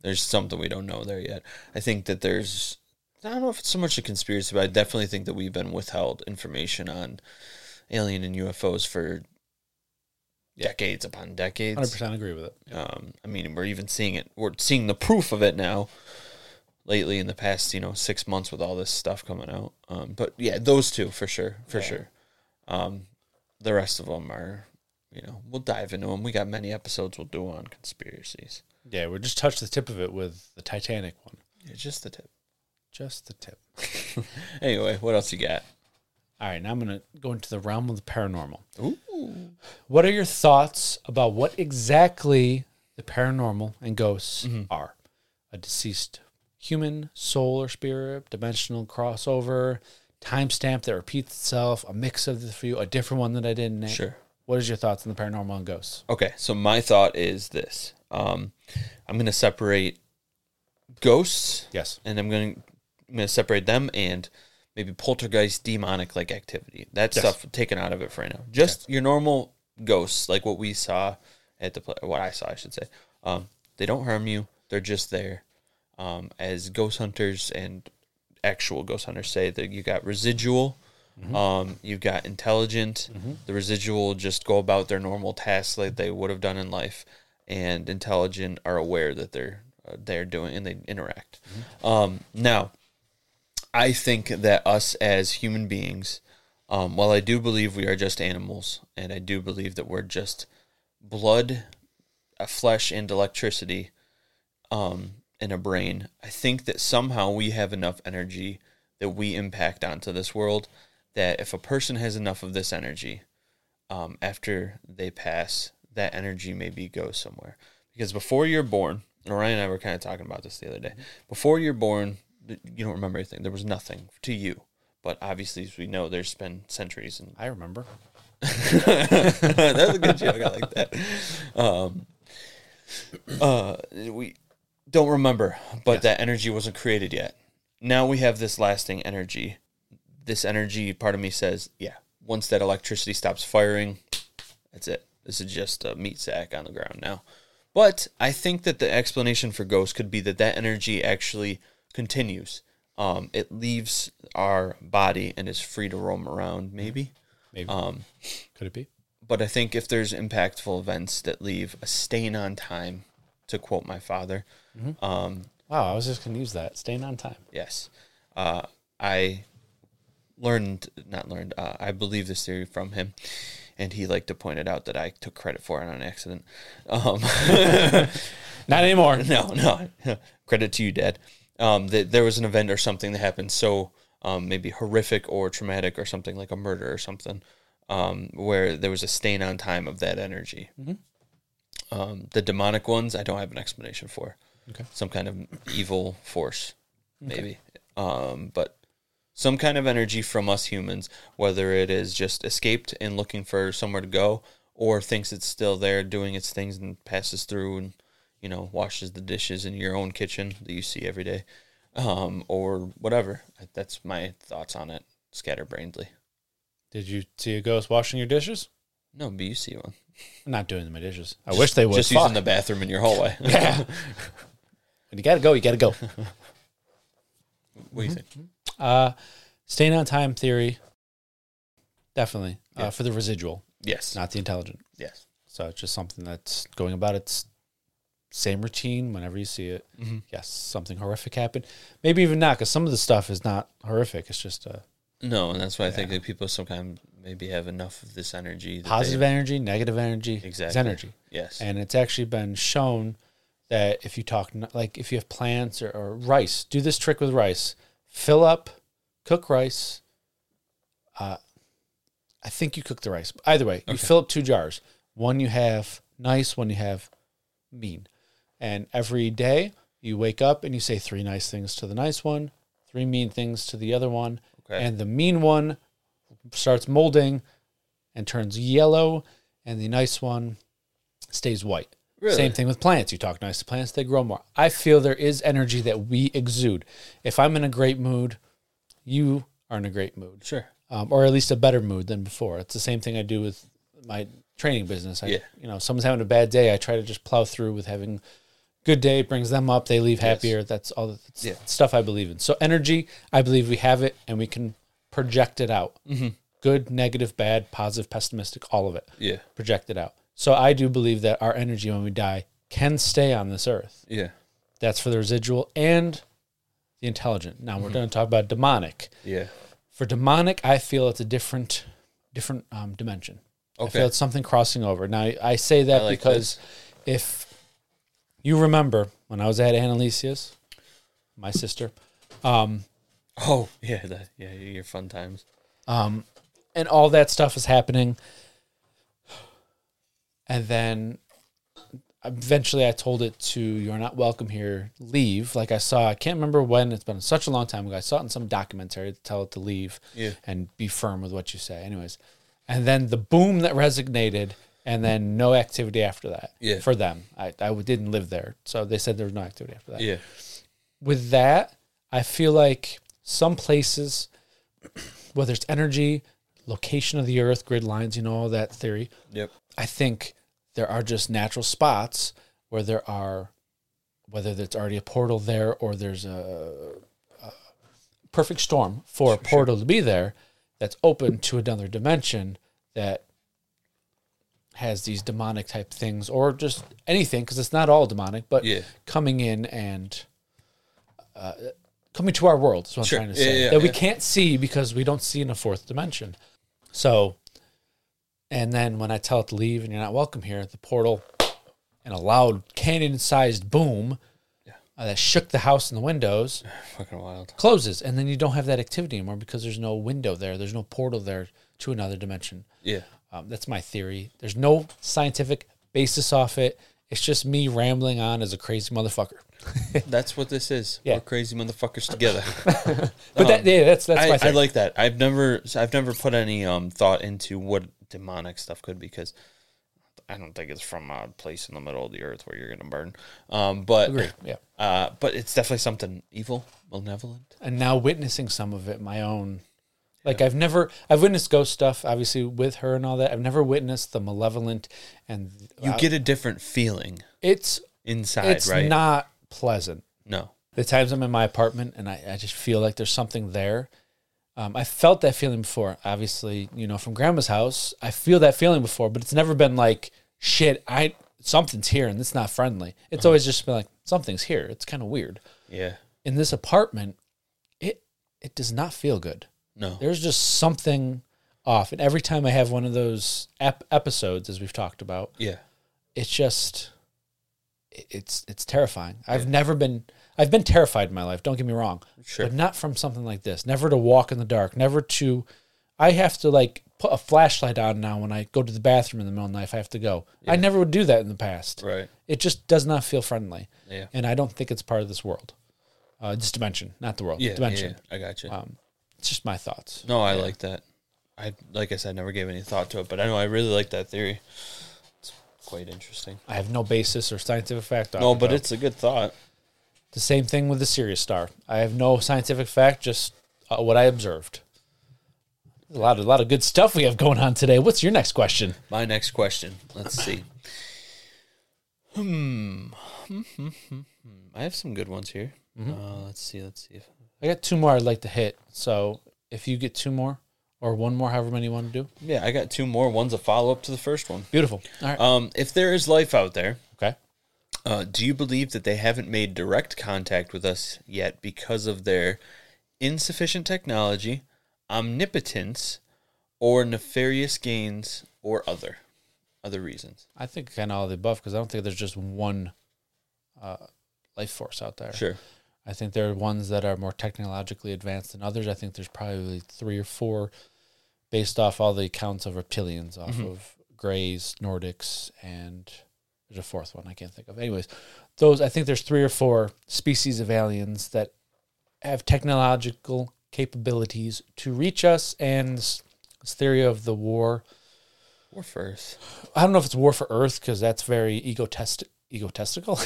There's something we don't know there yet. I think that there's, I don't know if it's so much a conspiracy, but I definitely think that we've been withheld information on alien and UFOs for decades upon
Hundred
decades.
percent agree with it.
Um, I mean, we're even seeing it. We're seeing the proof of it now. Lately, in the past, you know, six months with all this stuff coming out. Um, but yeah, those two for sure, for sure. Um, the rest of them are, you know, we'll dive into them. We got many episodes we'll do on conspiracies.
Yeah, we just touched the tip of it with the Titanic one.
Yeah, just the tip.
Just the tip.
Anyway, what else you got?
All right, now I'm going to go into the realm of the paranormal. What are your thoughts about what exactly the paranormal and ghosts are? A deceased human, soul or spirit, dimensional crossover, timestamp that repeats itself, a mix of the few, a different one that I didn't name.
Sure.
What is your thoughts on the paranormal and ghosts?
Okay, so my thought is this: um, I'm going to separate ghosts,
Yes.
and I'm going to I'm going to separate them and maybe poltergeist, demonic like activity. That stuff taken out of it for right now. Just your normal ghosts, like what we saw at the play, what I saw, I should say. Um, they don't harm you; they're just there. Um, as ghost hunters and actual ghost hunters say, that you got residual. Um, you've got intelligent. The residual just go about their normal tasks like they would have done in life, and intelligent are aware that they're uh, they're doing and they interact. Um, now, I think that us as human beings, um, while I do believe we are just animals, and I do believe that we're just blood, uh, flesh, and electricity, um, and a brain, I think that somehow we have enough energy that we impact onto this world. That if a person has enough of this energy, um, after they pass, that energy maybe goes somewhere. Because before you're born, and Ryan and I were kind of talking about this the other day. Before you're born, th- you don't remember anything. There was nothing to you. But obviously, as we know, there's been centuries and
I remember.
that was a good joke. I like that. Um, uh, we don't remember, but that energy wasn't created yet. Now we have this lasting energy. This energy, part of me says, yeah, once that electricity stops firing, that's it. This is just a meat sack on the ground now. But I think that the explanation for ghosts could be that that energy actually continues. Um, it leaves our body and is free to roam around, maybe
Maybe. Could it be?
but I think if there's impactful events that leave a stain on time, to quote my father,
Wow, I was just going to use that. Staying on time.
yes, uh, I learned, not learned, uh, I believe this theory from him. And he liked to point it out that I took credit for it on accident. Um,
Not anymore.
no, no. Credit to you, Dad. Um, that there was an event or something that happened so um, maybe horrific or traumatic or something like a murder or something, um, where there was a stain on time of that energy. Um, the demonic ones, I don't have an explanation for.
Okay.
Some kind of evil force, maybe. Um, but some kind of energy from us humans, whether it is just escaped and looking for somewhere to go, or thinks it's still there doing its things and passes through and you know washes the dishes in your own kitchen that you see every day, um, or whatever. That's my thoughts on it, scatterbrainedly.
Did you see a ghost washing your dishes?
No, but you see one.
I'm not doing my dishes. I wish they would.
Just
Fuck.
using the bathroom in your hallway.
Yeah. when you gotta go, you gotta go.
what do you think?
Uh, staying on time theory, definitely uh, for the residual,
Yes.
not the intelligent.
yes.
So it's just something that's going about its same routine whenever you see it. Yes, something horrific happened. Maybe even not, because some of the stuff is not horrific. It's just uh, a
No, and that's why I think that people sometimes maybe have enough of this energy. That they-
positive energy, negative energy. It's
Exactly.
energy.
Yes.
And it's actually been shown that if you talk, n- like if you have plants or, or rice, do this trick with rice. Fill up, cook rice. Uh, I think you cook the rice. Either way, you fill up two jars. One you have nice, one you have mean. And every day you wake up and you say three nice things to the nice one, three mean things to the other one.
Okay.
And the mean one starts molding and turns yellow, and the nice one stays white.
Really?
Same thing with plants. You talk nice to plants, they grow more. I feel there is energy that we exude. If I'm in a great mood, you are in a great mood,
sure.
um, or at least a better mood than before. It's the same thing I do with my training business. I,
Yeah.
You know, if someone's having a bad day, I try to just plow through with having good day it brings them up they leave happier that's all the that's
Yeah.
stuff i believe in so energy i believe we have it and we can project it out
Mm-hmm.
good negative bad positive pessimistic all of it
Yeah.
project it out so i do believe that our energy when we die can stay on this earth
Yeah.
that's for the residual and the intelligent now
Mm-hmm.
we're going to talk about demonic
Yeah.
for demonic i feel it's a different different um, dimension i
Okay.
feel it's something crossing over now i, I say that
like
because if you remember when i was at annalisia's my sister
Oh yeah, that, yeah, your fun times.
and all that stuff is happening. And then eventually I told it to You're Not Welcome Here, leave. Like I saw, I can't remember when, it's been such a long time ago. I saw it in some documentary to tell it to leave
Yeah.
and be firm with what you say. Anyways, and then the boom that resonated. And then no activity after that
Yeah.
for them. I, I didn't live there. So they said there was no activity after that
Yeah,
with that, I feel like some places, whether it's energy, location of the earth, grid lines, you know, all that theory,
yep,
I think there are just natural spots where there are, whether there's already a portal there or there's a, a perfect storm for a portal to be there that's open to another dimension that has these demonic type things or just anything because it's not all demonic, but
Yeah.
coming in and uh, coming to our world is what
Sure.
I'm trying to
Yeah,
say
yeah,
that we
yeah.
can't see because we don't see in a fourth dimension. So and then when I tell it to leave and you're not welcome here, the portal and a loud cannon sized boom uh, that shook the house and the windows
fucking wild.
closes. And then you don't have that activity anymore because there's no window there, there's no portal there to another dimension.
Yeah,
Um, that's my theory. There's no scientific basis off it. It's just me rambling on as a crazy motherfucker.
that's what this is.
Yeah.
We're crazy motherfuckers together.
But that, yeah, that's that's my
Um, I, I
theory.
like that. I've never I've never put any um thought into what demonic stuff could because I don't think it's from a place in the middle of the earth where you're gonna burn. Um, but
Agree, yeah.
uh, but it's definitely something evil, malevolent.
and now witnessing some of it my own like i've never i've witnessed ghost stuff obviously with her and all that i've never witnessed the malevolent and
You get a different feeling
it's
inside,
Uh, it's
right?
not pleasant
no,
the times i'm in my apartment and i, I just feel like there's something there um, i felt that feeling before obviously you know from grandma's house i feel that feeling before but it's never been like shit i something's here and it's not friendly
Uh-huh.
it's always just been like something's here it's kind of weird
yeah,
in this apartment it it does not feel good
no,
there's just something off and every time i have one of those ep- episodes as we've talked about
yeah,
it's just it- it's it's terrifying i've never been i've been terrified in my life don't get me wrong
Sure.
but not from something like this never to walk in the dark never to i have to like put a flashlight on now when i go to the bathroom in the middle of the night if i have to go i never would do that in the past
right,
it just does not feel friendly
yeah,
and i don't think it's part of this world uh this dimension not the world
yeah,
dimension
yeah. I got you.
it's just my thoughts
No, I like that. I like I said, never gave any thought to it, but I know I really like that theory. It's quite interesting.
I have no basis or scientific fact.
No, but it's a good thought.
the same thing with the Sirius star. I have no scientific fact, just uh, what I observed. A lot, a lot of good stuff we have going on today. What's your next question?
My next question. Let's see. Hmm. I have some good ones here.
Mm-hmm.
Uh, let's see. Let's see. If,
I got two more I'd like to hit. So if you get two more or one more, however many you want to do,
yeah, I got two more. One's a follow up to the first one.
beautiful. All right.
Um, if there is life out there,
okay.
uh, do you believe that they haven't made direct contact with us yet because of their insufficient technology, omnipotence, or nefarious gains, or other other reasons?
I think kind of all of the above because I don't think there's just one uh, life force out there.
Sure.
I think there are ones that are more technologically advanced than others. I think there's probably three or four based off all the accounts of reptilians off of Greys, Nordics, and there's a fourth one I can't think of. Anyways, those I think there's three or four species of aliens that have technological capabilities to reach us and this this theory of the war.
Or first.
I don't know if it's war for Earth because that's very egotest egotistical,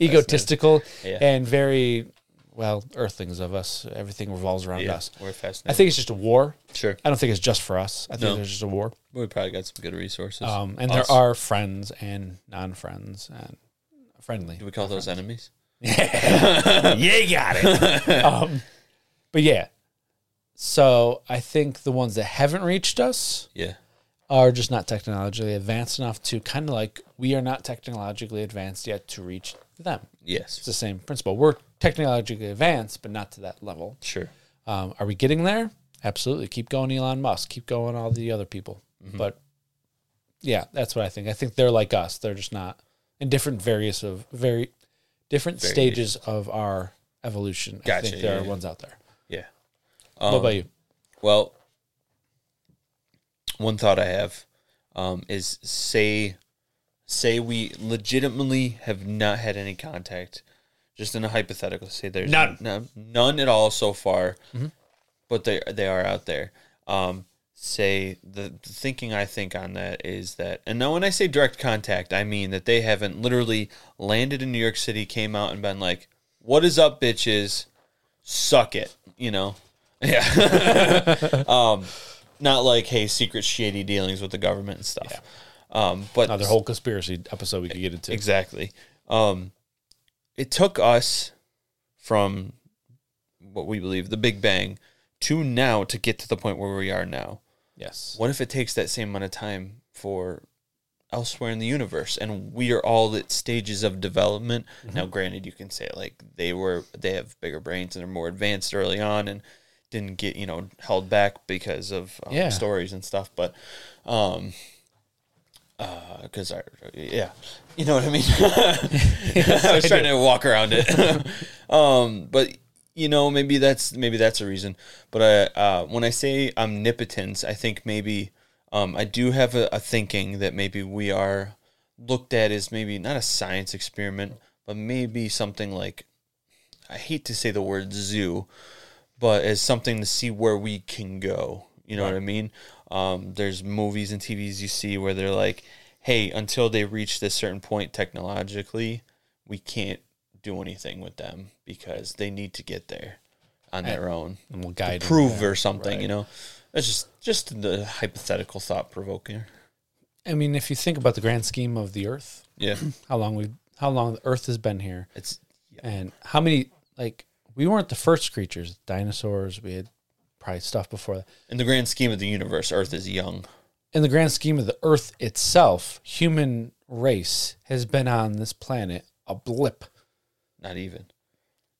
egotistical,
Yeah.
and very well earthlings of us. Everything revolves around
Yeah.
us.
Or
I
fascinating.
think it's just a war.
Sure.
I don't think it's just for us. I think
No.
there's just a war.
We probably got some good resources.
Um, and
Us.
there are friends and non-friends and friendly.
Do we call those enemies?
you got it. um, but yeah, so I think the ones that haven't reached us.
Yeah.
are just not technologically advanced enough to kind of like we are not technologically advanced yet to reach them. It's
Yes.
the same principle. We're technologically advanced, but not to that level.
Sure.
Um, are we getting there? Absolutely. Keep going, Elon Musk. Keep going, all the other people.
Mm-hmm.
But yeah, that's what I think. I think they're like us. They're just not in different various of very different stages of our evolution. I
Gotcha,
think there
yeah, Um,
are
yeah.
ones out there.
Yeah.
what about you?
Well, one thought I have um, is say say we legitimately have not had any contact, just in a hypothetical. Say there's
None.
no, none at all so far, but they they are out there. Um, say the, the thinking I think on that is that, and now when I say direct contact, I mean that they haven't literally landed in New York City, came out and been like, "What is up, bitches? Suck it," you know. Yeah. Um, not like hey secret shady dealings with the government and stuff um but
Another whole conspiracy episode
e-
we could get into.
exactly um it took us from what we believe the big bang to now to get to the point where we are now
Yes.
what if it takes that same amount of time for elsewhere in the universe and we are all at stages of development
Mm-hmm.
now granted you can say like they were they have bigger brains and are more advanced early on and didn't get you know held back because of um,
Yeah.
stories and stuff but um because I, yeah, you know what I mean. I was trying to walk around it, um, but you know, maybe that's maybe that's a reason. But I, uh, when I say omnipotence, I think maybe um, I do have a, a thinking that maybe we are looked at as maybe not a science experiment, but maybe something like I hate to say the word zoo, but as something to see where we can go. You know what I mean? Um, there's movies and TVs you see where they're like, hey, until they reach this certain point technologically, we can't do anything with them because they need to get there on their own.
And we'll guide them.
Prove or something, you know? That's just just the hypothetical thought provoking.
I mean, if you think about the grand scheme of the Earth,
Yeah.
how long we, how long the Earth has been here,
It's yeah.
and how many like we weren't the first creatures. Dinosaurs. We had probably stuff before that.
in the grand scheme of the universe, Earth is young.
in the grand scheme of the earth itself, human race has been on this planet a blip.
Not even.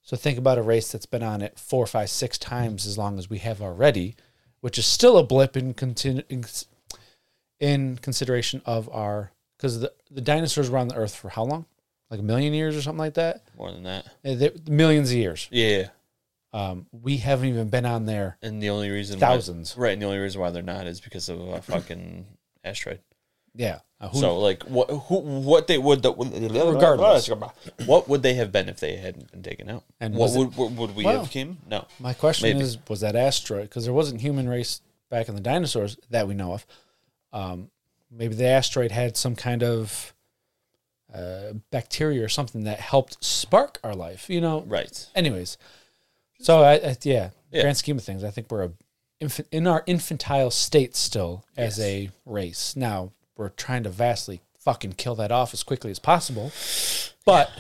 So think about a race that's been on it four, five, six times as long as we have already, which is still a blip in continu- in, cons- in consideration of our because the, the dinosaurs were on the earth for how long? Like a million years or something like that?
More than that.
Eh, they- Millions of years.
Yeah.
Um, we haven't even been on there.
And the only reason
Thousands.
why, right? And the only reason why they're not is because of a fucking asteroid.
Yeah. Uh, who,
So like what who what they would the,
Regardless.
what would they have been if they hadn't been taken out?
And
And what
was it-
would what would we
Well-
have came? No,
My question
Maybe.
is, was that asteroid? Because there wasn't human race back in the dinosaurs that we know of. Um, maybe the asteroid had some kind of uh, bacteria or something that helped spark our life. You know.
right?
Anyways, so I, I, yeah,
Yeah.
grand scheme of things, I think we're a infant, in our infantile state still as a race. Now we're trying to vastly fucking kill that off as quickly as possible, but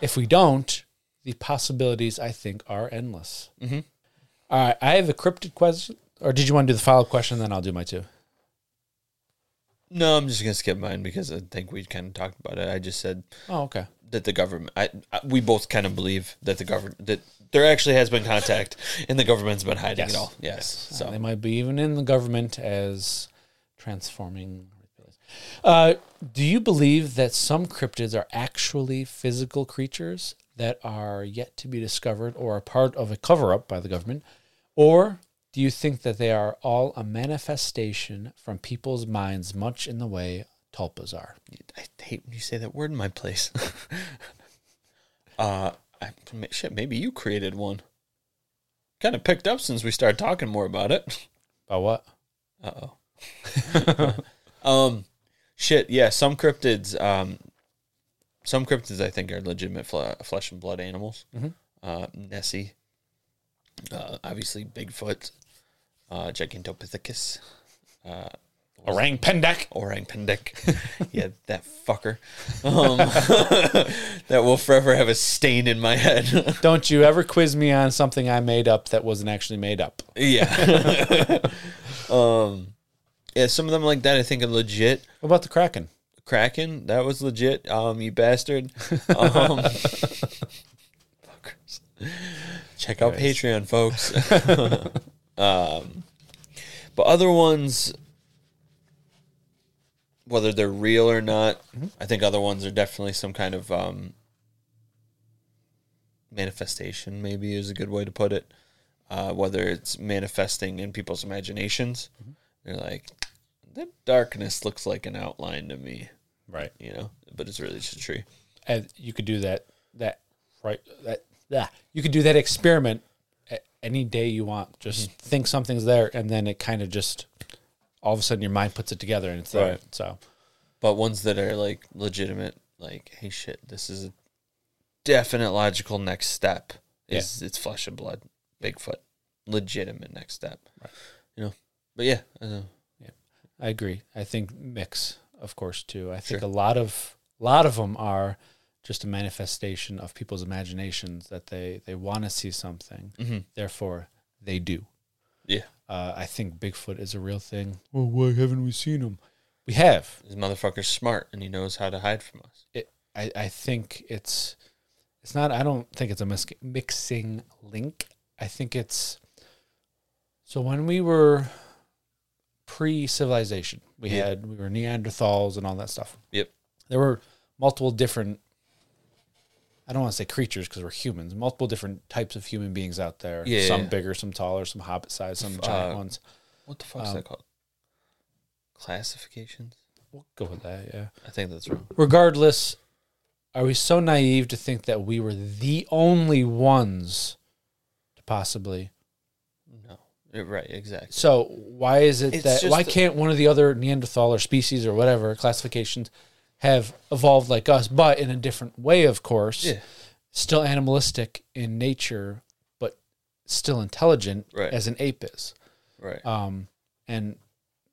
if we don't, the possibilities I think are endless. Mm-hmm. right, I have a cryptid question, or did you want to do the follow up question? Then I'll do my two.
No, I'm just gonna skip mine because I think we kind of talked about it. I just said
Oh, okay.
that the government. I, I we both kind of believe that the government that there actually has been contact and the government's been hiding
Yes.
it all. Yes,
Uh,
so
they might be even in the government as transforming. Uh, do you believe that some cryptids are actually physical creatures that are yet to be discovered or are part of a cover up by the government? Or do you think that they are all a manifestation from people's minds, much in the way tulpas are?
I hate when you say that word in my place. uh, I, shit, maybe you created one. Kind of picked up since we started talking more about it.
By what?
Uh oh. um, shit. Yeah, some cryptids. Um, some cryptids I think are legitimate fle- flesh and blood animals. Uh, Nessie. Uh, obviously Bigfoot. Uh, Gigantopithecus.
Orang Pendek.
Orang Pendek. yeah, that fucker. Um, that will forever have a stain in my head.
Don't you ever quiz me on something I made up that wasn't actually made up.
yeah. um, yeah, some of them like that I think are legit.
What about the Kraken?
Kraken, that was legit. Um, you bastard. Um, fuckers. Check out Patreon, folks. um, but other ones, whether they're real or not, I think other ones are definitely some kind of um, manifestation maybe is a good way to put it. Uh, whether it's manifesting in people's imaginations, they're like, that darkness looks like an outline to me,
Right.
you know, but it's really just a tree.
And you could do that that right that yeah. You could do that experiment at any day you want. Just
Mm-hmm.
think something's there and then it kind of just all of a sudden your mind puts it together and it's there.
Right.
So
But ones that are like legitimate, like, hey, shit, this is a definite logical next step. It's, it's flesh and blood, Bigfoot, legitimate next step, you know, but yeah, I know.
I agree. I think mix, of course, too. I think a lot of lot of them are just a manifestation of people's imaginations that they they want to see something,
Mm-hmm.
therefore they do.
yeah,
Uh, I think Bigfoot is a real thing. Well, why haven't we seen him? We have.
this motherfucker's smart and he knows how to hide from us.
It, I I think it's it's not. I don't think it's a mis- mixing link. I think it's so when we were pre civilization, we
Yeah.
had we were Neanderthals and all that stuff.
Yep.
there were multiple different i don't want to say creatures because we're humans multiple different types of human beings out there
Yeah,
some
yeah. uh,
bigger some taller some hobbit sized some giant ones
What the fuck is that called? Um, Classifications?
we'll go with that yeah
I think that's wrong.
regardless are we so naive to think that we were the only ones to possibly
No. Yeah, Right, exactly.
so why is it
It's
that why
just-
can't one of the other neanderthal or species or whatever classifications have evolved like us but in a different way of course
Yeah.
still animalistic in nature, but still intelligent
Right.
as an ape is,
Right.
um, and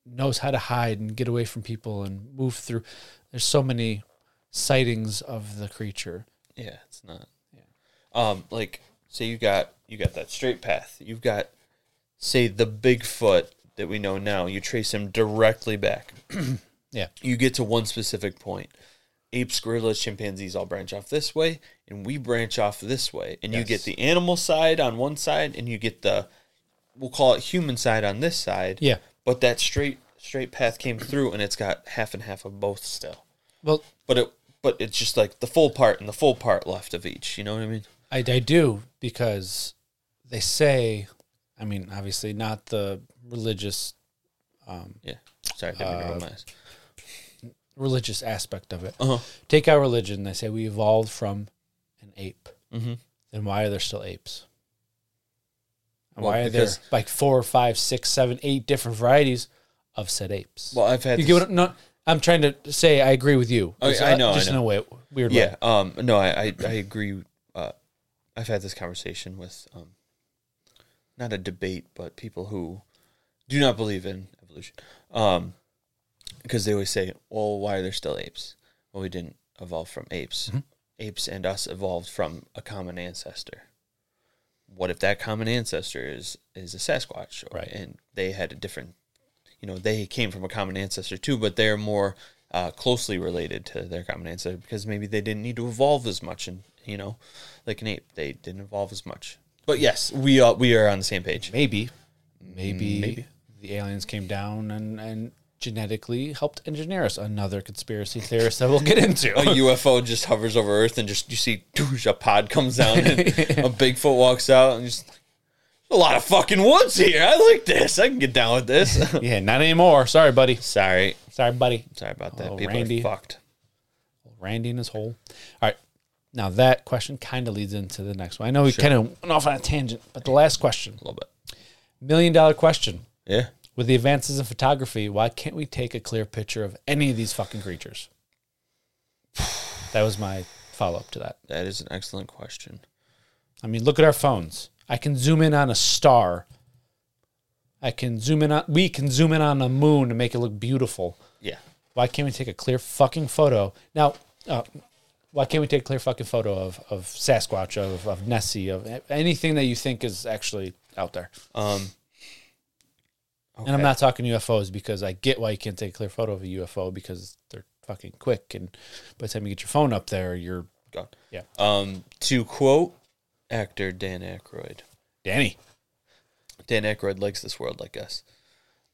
knows how to hide and get away from people and move through. There's so many sightings of the creature.
yeah, it's not. Yeah. Um, like say you got you got that straight path. You've got say the Bigfoot that we know now, you trace him directly back.
Yeah.
You get to one specific point. Apes, gorillas, chimpanzees all branch off this way, and we branch off this way. And you get
Yes.
the animal side on one side, and you get the we'll call it human side on this side.
Yeah.
But that straight straight path came through and it's got half and half of both still.
Well,
But it but it's just like the full part and the full part left of each. You know what I mean?
I, I do because they say, I mean, obviously not the religious
Yeah. Sorry, I didn't mean to roll my eyes.
religious aspect of it.
Uh-huh.
Take our religion. They say we evolved from an ape.
Mm-hmm.
Then why are there still apes? And
Well,
why are
because-
there like four, five, six, seven, eight different varieties of said apes?
Well, I've had
you
this-
get what? No, I'm trying to say I agree with you.
Okay,
Just,
Oh, I know, I
Just in
know.
a way, weird way.
Yeah. Um. No, I I, I agree. Uh, I've had this conversation with um, not a debate, but people who do not believe in evolution. Um, because they always say, "Well, why are there still apes? Well, we didn't evolve from apes. Apes and us evolved from a common ancestor. What if that common ancestor is is a Sasquatch, or,
Right.
And they had a different you know they came from a common ancestor too, but they're more uh, closely related to their common ancestor because maybe they didn't need to evolve as much, and you know, like an ape, they didn't evolve as much. But yes, we are we are on the same page.
Maybe, maybe, the aliens came down and and genetically helped engineer us. Another conspiracy theorist that we'll get into.
A UFO just hovers over Earth, and just you see doosh, a pod comes down, and a Bigfoot walks out, and just a lot of fucking woods here. I like this. I can get down with this.
yeah, not anymore. Sorry, buddy.
Sorry,
Sorry, buddy.
sorry about that.
Oh,
People
Randy.
are fucked.
Randy in his hole. All right. Now that question kind of leads into the next one. I know we kind of went off on a tangent, but the last question,
A little bit.
million dollar question.
Yeah.
With the advances in photography, why can't we take a clear picture of any of these fucking creatures? That was my follow up to that.
That is an excellent question.
I mean, look at our phones. I can zoom in on a star. I can zoom in on we can zoom in on a moon to make it look beautiful.
Yeah.
Why can't we take a clear fucking photo now? Uh, why can't we take a clear fucking photo of of Sasquatch, of of Nessie, of a- anything that you think is actually out there?
Um.
And I'm not talking UFOs because I get why you can't take a clear photo of a UFO because they're fucking quick, and by the time you get your phone up there, you're
gone.
Yeah.
Um, to quote actor Dan Aykroyd,
Danny.
Dan Aykroyd likes this world like us.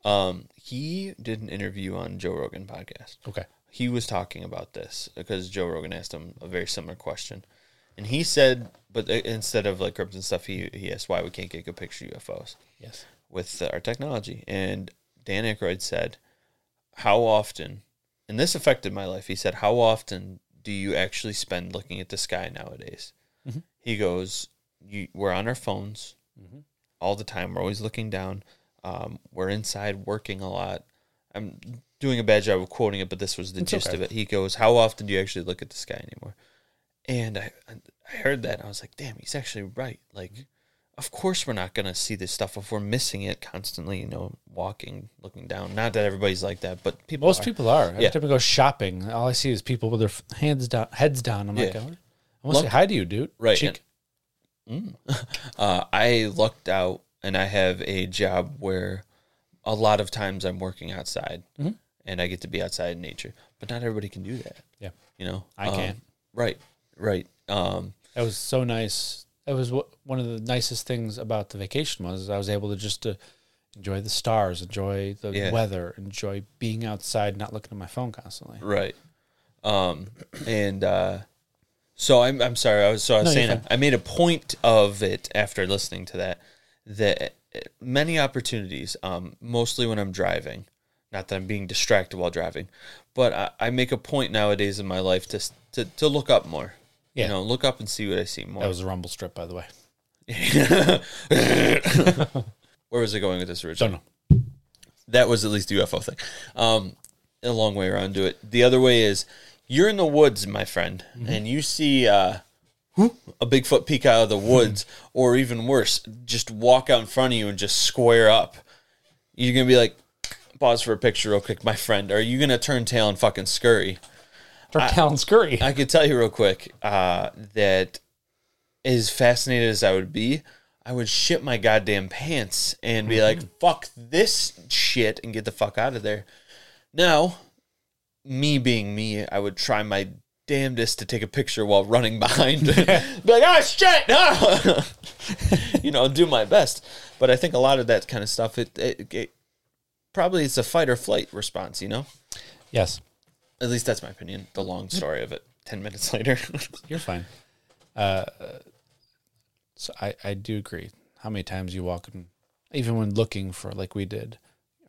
Um, he did an interview on Joe Rogan podcast.
Okay.
He was talking about this because Joe Rogan asked him a very similar question, And he said, but uh, instead of like crypts and stuff, he, he asked why we can't get good picture UFOs
Yes.
with uh, our technology. And Dan Aykroyd said, How often, and this affected my life, he said, How often do you actually spend looking at the sky nowadays? He goes, you, We're on our phones all the time. We're always looking down. Um, we're inside working a lot. I'm doing a bad job of quoting it, but this was the gist
okay.
of it. He goes, How often do you actually look at the sky anymore? And I, I heard that. and I was like, damn, he's actually right. Like, of course we're not going to see this stuff if we're missing it constantly, you know, walking, looking down. Not that everybody's like that, but people
Most
are.
people are. Every
Yeah.
time I go shopping, all I see is people with their f- hands down, heads down. I'm like, "Oh,
Yeah.
I want to say
Lump-
hi to you, dude.
Right,
Cheek.
Uh, I lucked out and I have a job where a lot of times I'm working outside and I get to be outside in nature, but not everybody can do that,
Yeah.
you know?
I
Um,
can't.
Right, right. Um,
That was so nice. That was wha- one of the nicest things about the vacation was I was able to just to enjoy the stars, enjoy the
Yeah.
weather, enjoy being outside, not looking at my phone constantly.
Right. Um, and uh, so I'm, I'm sorry. I was so I was
No, you're
saying I made a point of it after listening to that that many opportunities, um, mostly when I'm driving, not that I'm being distracted while driving, but I, I make a point nowadays in my life to s- to, to look up more.
Yeah.
You know, look up and see what I see more.
That was a rumble strip, by the way. Oh.
Where was I going with this originally?
Don't know.
that was at least the UFO thing. Um, a long way around to it. The other way is you're in the woods, my friend, and you see uh, a Bigfoot peek out of the woods, or even worse, just walk out in front of you and just square up. You're gonna be like, pause for a picture real quick, my friend. Are you gonna turn tail and fucking scurry?
Dark Talon Scurry.
I could tell you real quick uh, that as fascinated as I would be, I would shit my goddamn pants and be like, fuck this shit and get the fuck out of there. Now, me being me, I would try my damnedest to take a picture while running behind. be like, ah, shit, no! you know, do my best. But I think a lot of that kind of stuff, it, it, it probably it's a fight or flight response, you know?
yes.
At least that's my opinion. The long story of it. 10 minutes later.
You're fine. Uh, so I, I do agree. How many times you walk, in, even when looking for, like we did,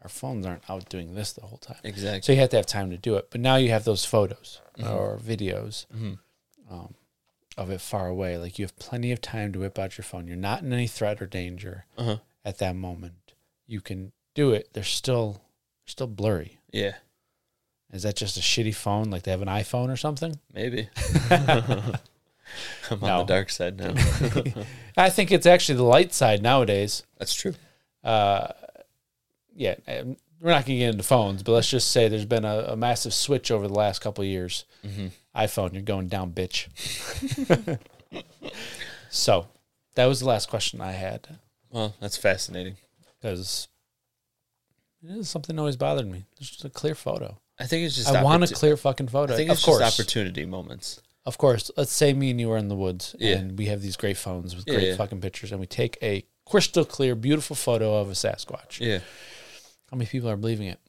our phones aren't out doing this the whole time.
Exactly.
So you have to have time to do it. But now you have those photos or videos um, of it far away. Like you have plenty of time to whip out your phone. You're not in any threat or danger at that moment. You can do it. They're still still blurry.
yeah,
Is that just a shitty phone? Like they have an iPhone or something?
maybe. I'm
No.
on the dark side now.
I think it's actually the light side nowadays.
That's true.
yeah, um, we're not going to get into phones, but let's just say there's been a, a massive switch over the last couple of years.
Mm-hmm.
iPhone, you're going down, bitch. so that was the last question I had
Well, that's fascinating.
because it is something that always bothered me. It's just a clear photo.
I think it's just
I want a
opportu-
clear fucking photo.
I think
of
it's
course,
just opportunity moments.
of course. Let's say me and you are in the woods,
Yeah.
and we have these great phones with
Yeah,
great
yeah.
fucking pictures, and we take a crystal clear, beautiful photo of a Sasquatch.
Yeah.
How many people are believing it?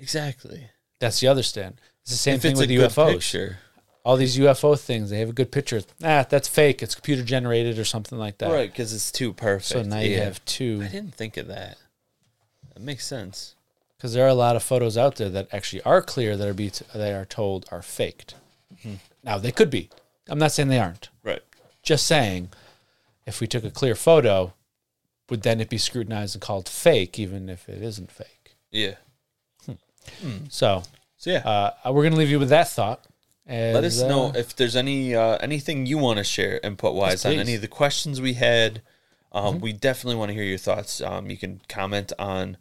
Exactly.
That's the other stand. It's the same
If
thing
it's
with
a good
UFOs.
picture.
all these UFO things. They have a good picture. Ah, that's fake. It's computer generated or something like that.
Right, because it's too perfect.
So now you
Yeah.
have two
I didn't think of that. That makes sense.
because there are a lot of photos out there that actually are clear that are be that are told are faked.
Hmm.
Now they could be. I'm not saying they aren't.
Right.
Just saying, if we took a clear photo, would then it be scrutinized and called fake, even if it isn't fake?
Yeah.
So
So yeah.
uh, we're gonna leave you with that thought. And,
Let us
uh,
know if there's any uh, anything you want to share input wise on
please. Mm-hmm.
any of the questions we had. Um, We definitely want to hear your thoughts. Um, you can comment on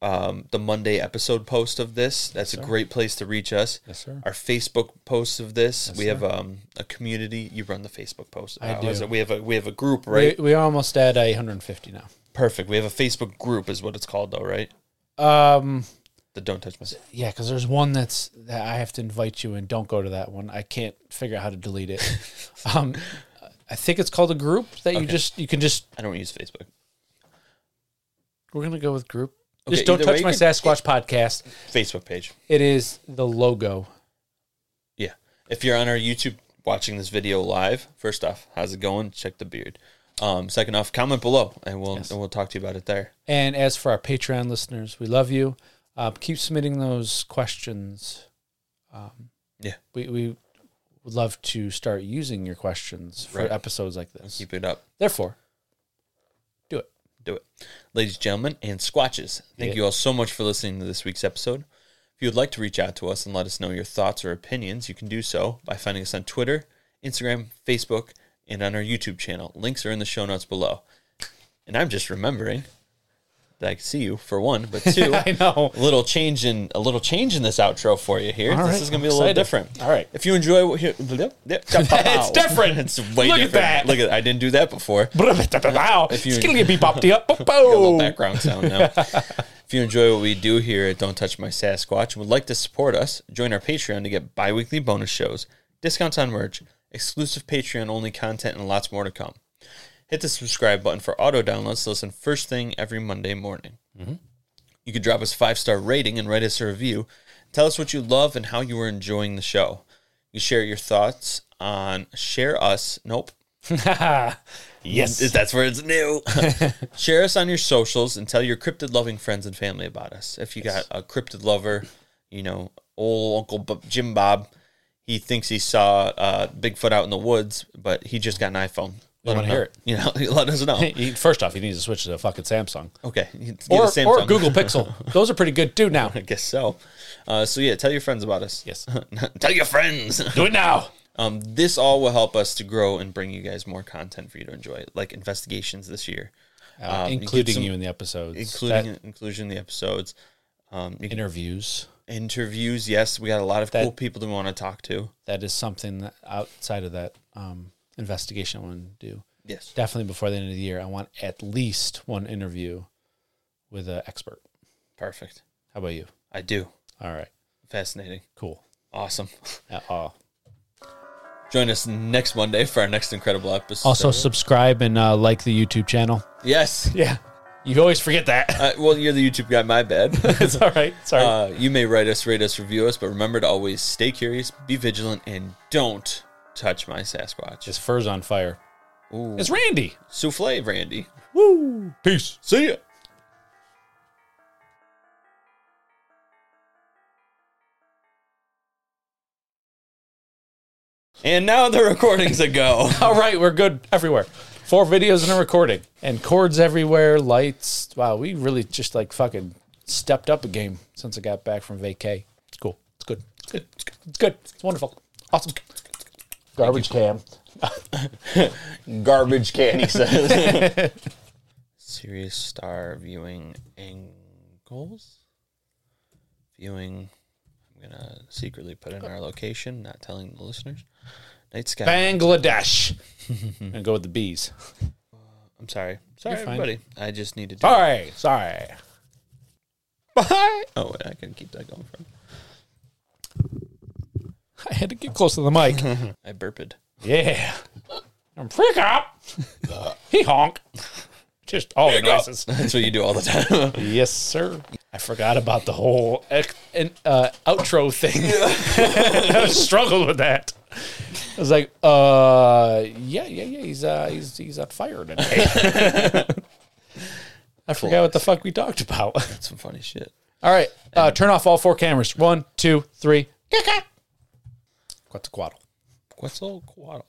um, the Monday episode post of this. That's a great place to reach us.
Yes, sir.
Our Facebook posts of this. we have um, a community. You run the Facebook post.
I
Uh, what is
do.
it? We have a we have a group,
we,
right?
we are almost at 850 now.
Perfect. We have a Facebook group, is what it's called, though, right?
Um,
The Don't Touch My.
Yeah, because there's one that's that I have to invite you and don't go to that one. I can't figure out how to delete it. um, I think it's called a group that you just you can just
I don't use Facebook.
we're gonna go with group.
Okay,
just don't
either
touch
way,
my
you can-
Sasquatch podcast.
Facebook page.
It is the logo.
Yeah. If you're on our YouTube watching this video live, first off, how's it going? Check the beard. Um, second off, comment below, and we'll and we'll talk to you about it there.
And as for our Patreon listeners, we love you. Uh, keep submitting those questions.
Yeah,
We, we would love to start using your questions for
Right.
episodes like this.
keep it up.
Therefore, do it.
do it. Ladies, gentlemen, and squatches, thank
Yeah.
you all so much for listening to this week's episode. If you would like to reach out to us and let us know your thoughts or opinions, you can do so by finding us on Twitter, Instagram, Facebook, and on our YouTube channel. Links are in the show notes below. And I'm just remembering that I can see you for one, but two,
I know.
a little change in a little change in this outro for you here.
All
this
right,
is going to be
I'm
a little
excited.
different.
All right.
If you enjoy what here, it's
different.
it's way
Look at
different.
that.
Look at I didn't do that before.
If
If you-
it's gonna get beep up the up.
a little background sound now. if you enjoy what we do here at Don't Touch My Sasquatch and would like to support us, join our Patreon to get bi weekly bonus shows, discounts on merch, exclusive Patreon only content, and lots more to come. Hit the subscribe button for auto downloads to listen first thing every Monday morning. You could drop us a five star rating and write us a review. Tell us what you love and how you are enjoying the show. You share your thoughts on Share Us. Nope.
yes.
Is- That's where it's new. Share us on your socials and tell your cryptid loving friends and family about us. If you got a cryptid lover, you know, old Uncle B- Jim Bob, he thinks he saw uh, Bigfoot out in the woods, but he just got an iPhone. Let
wanna
him know.
hear it.
You know, let us know.
You- First off, you need to switch to a fucking Samsung
Okay. you- get a
or, or
Samsung.
Google Pixel. Those are pretty good too now.
I guess so. Uh, so, yeah, tell your friends about us.
Yes.
tell your friends.
Do it now.
Um, this all will help us to grow and bring you guys more content for you to enjoy, like investigations this year,
Uh,
Um, you get
including
some-
you in the episodes,
including
That-
inclusion in the episodes. Um, you can
interviews.
interviews. Yes, we got a lot of
That-
cool people that we want to talk to.
That is something that outside of that um, investigation, I want to do.
Yes.
Definitely before the end of the year, I want at least one interview with an expert.
Perfect.
How about you?
I do.
All right,
Fascinating.
cool.
Awesome.
Uh, uh,
Join us next Monday for our next incredible episode.
also, subscribe and uh, like the YouTube channel.
yes.
Yeah, you always forget that.
Uh, well, you're the YouTube guy. My bad.
it's all right. Sorry.
uh, you may write us, rate us, review us, but remember to always stay curious, be vigilant, and don't touch my Sasquatch.
His fur's on fire.
Ooh.
It's Randy.
Souffle, Randy.
Woo! Peace.
See ya. And now the recordings a go.
All right, we're good everywhere. Four videos and a recording, and cords everywhere, lights. Wow, we really just like fucking stepped up a game since I got back from vacay. It's cool. It's good. It's good. It's good. It's, good. it's wonderful. Awesome. Garbage cam.
Garbage can, he says. Serious star viewing angles. Viewing. I'm gonna secretly put in our location, not telling the listeners. Night sky.
Bangladesh. and go with the bees.
I'm sorry. Sorry,
fine.
everybody. I just need to. Do
Sorry. Sorry. Bye.
Oh, wait, I can keep that going from.
I had to get close to the mic.
I burped.
Yeah. And prick up. he honk. Just all the noises.
That's what you do all the time.
Yes, sir. I forgot about the whole ex- and, uh, outro thing. I struggled with that. I was like, uh, yeah, yeah, yeah. He's uh, he's he's on fire today. I forgot what the fuck we talked about.
That's some funny shit.
All right, uh, turn off all four cameras. One, two, three. Quetzalcoatl.
Quetzalcoatl.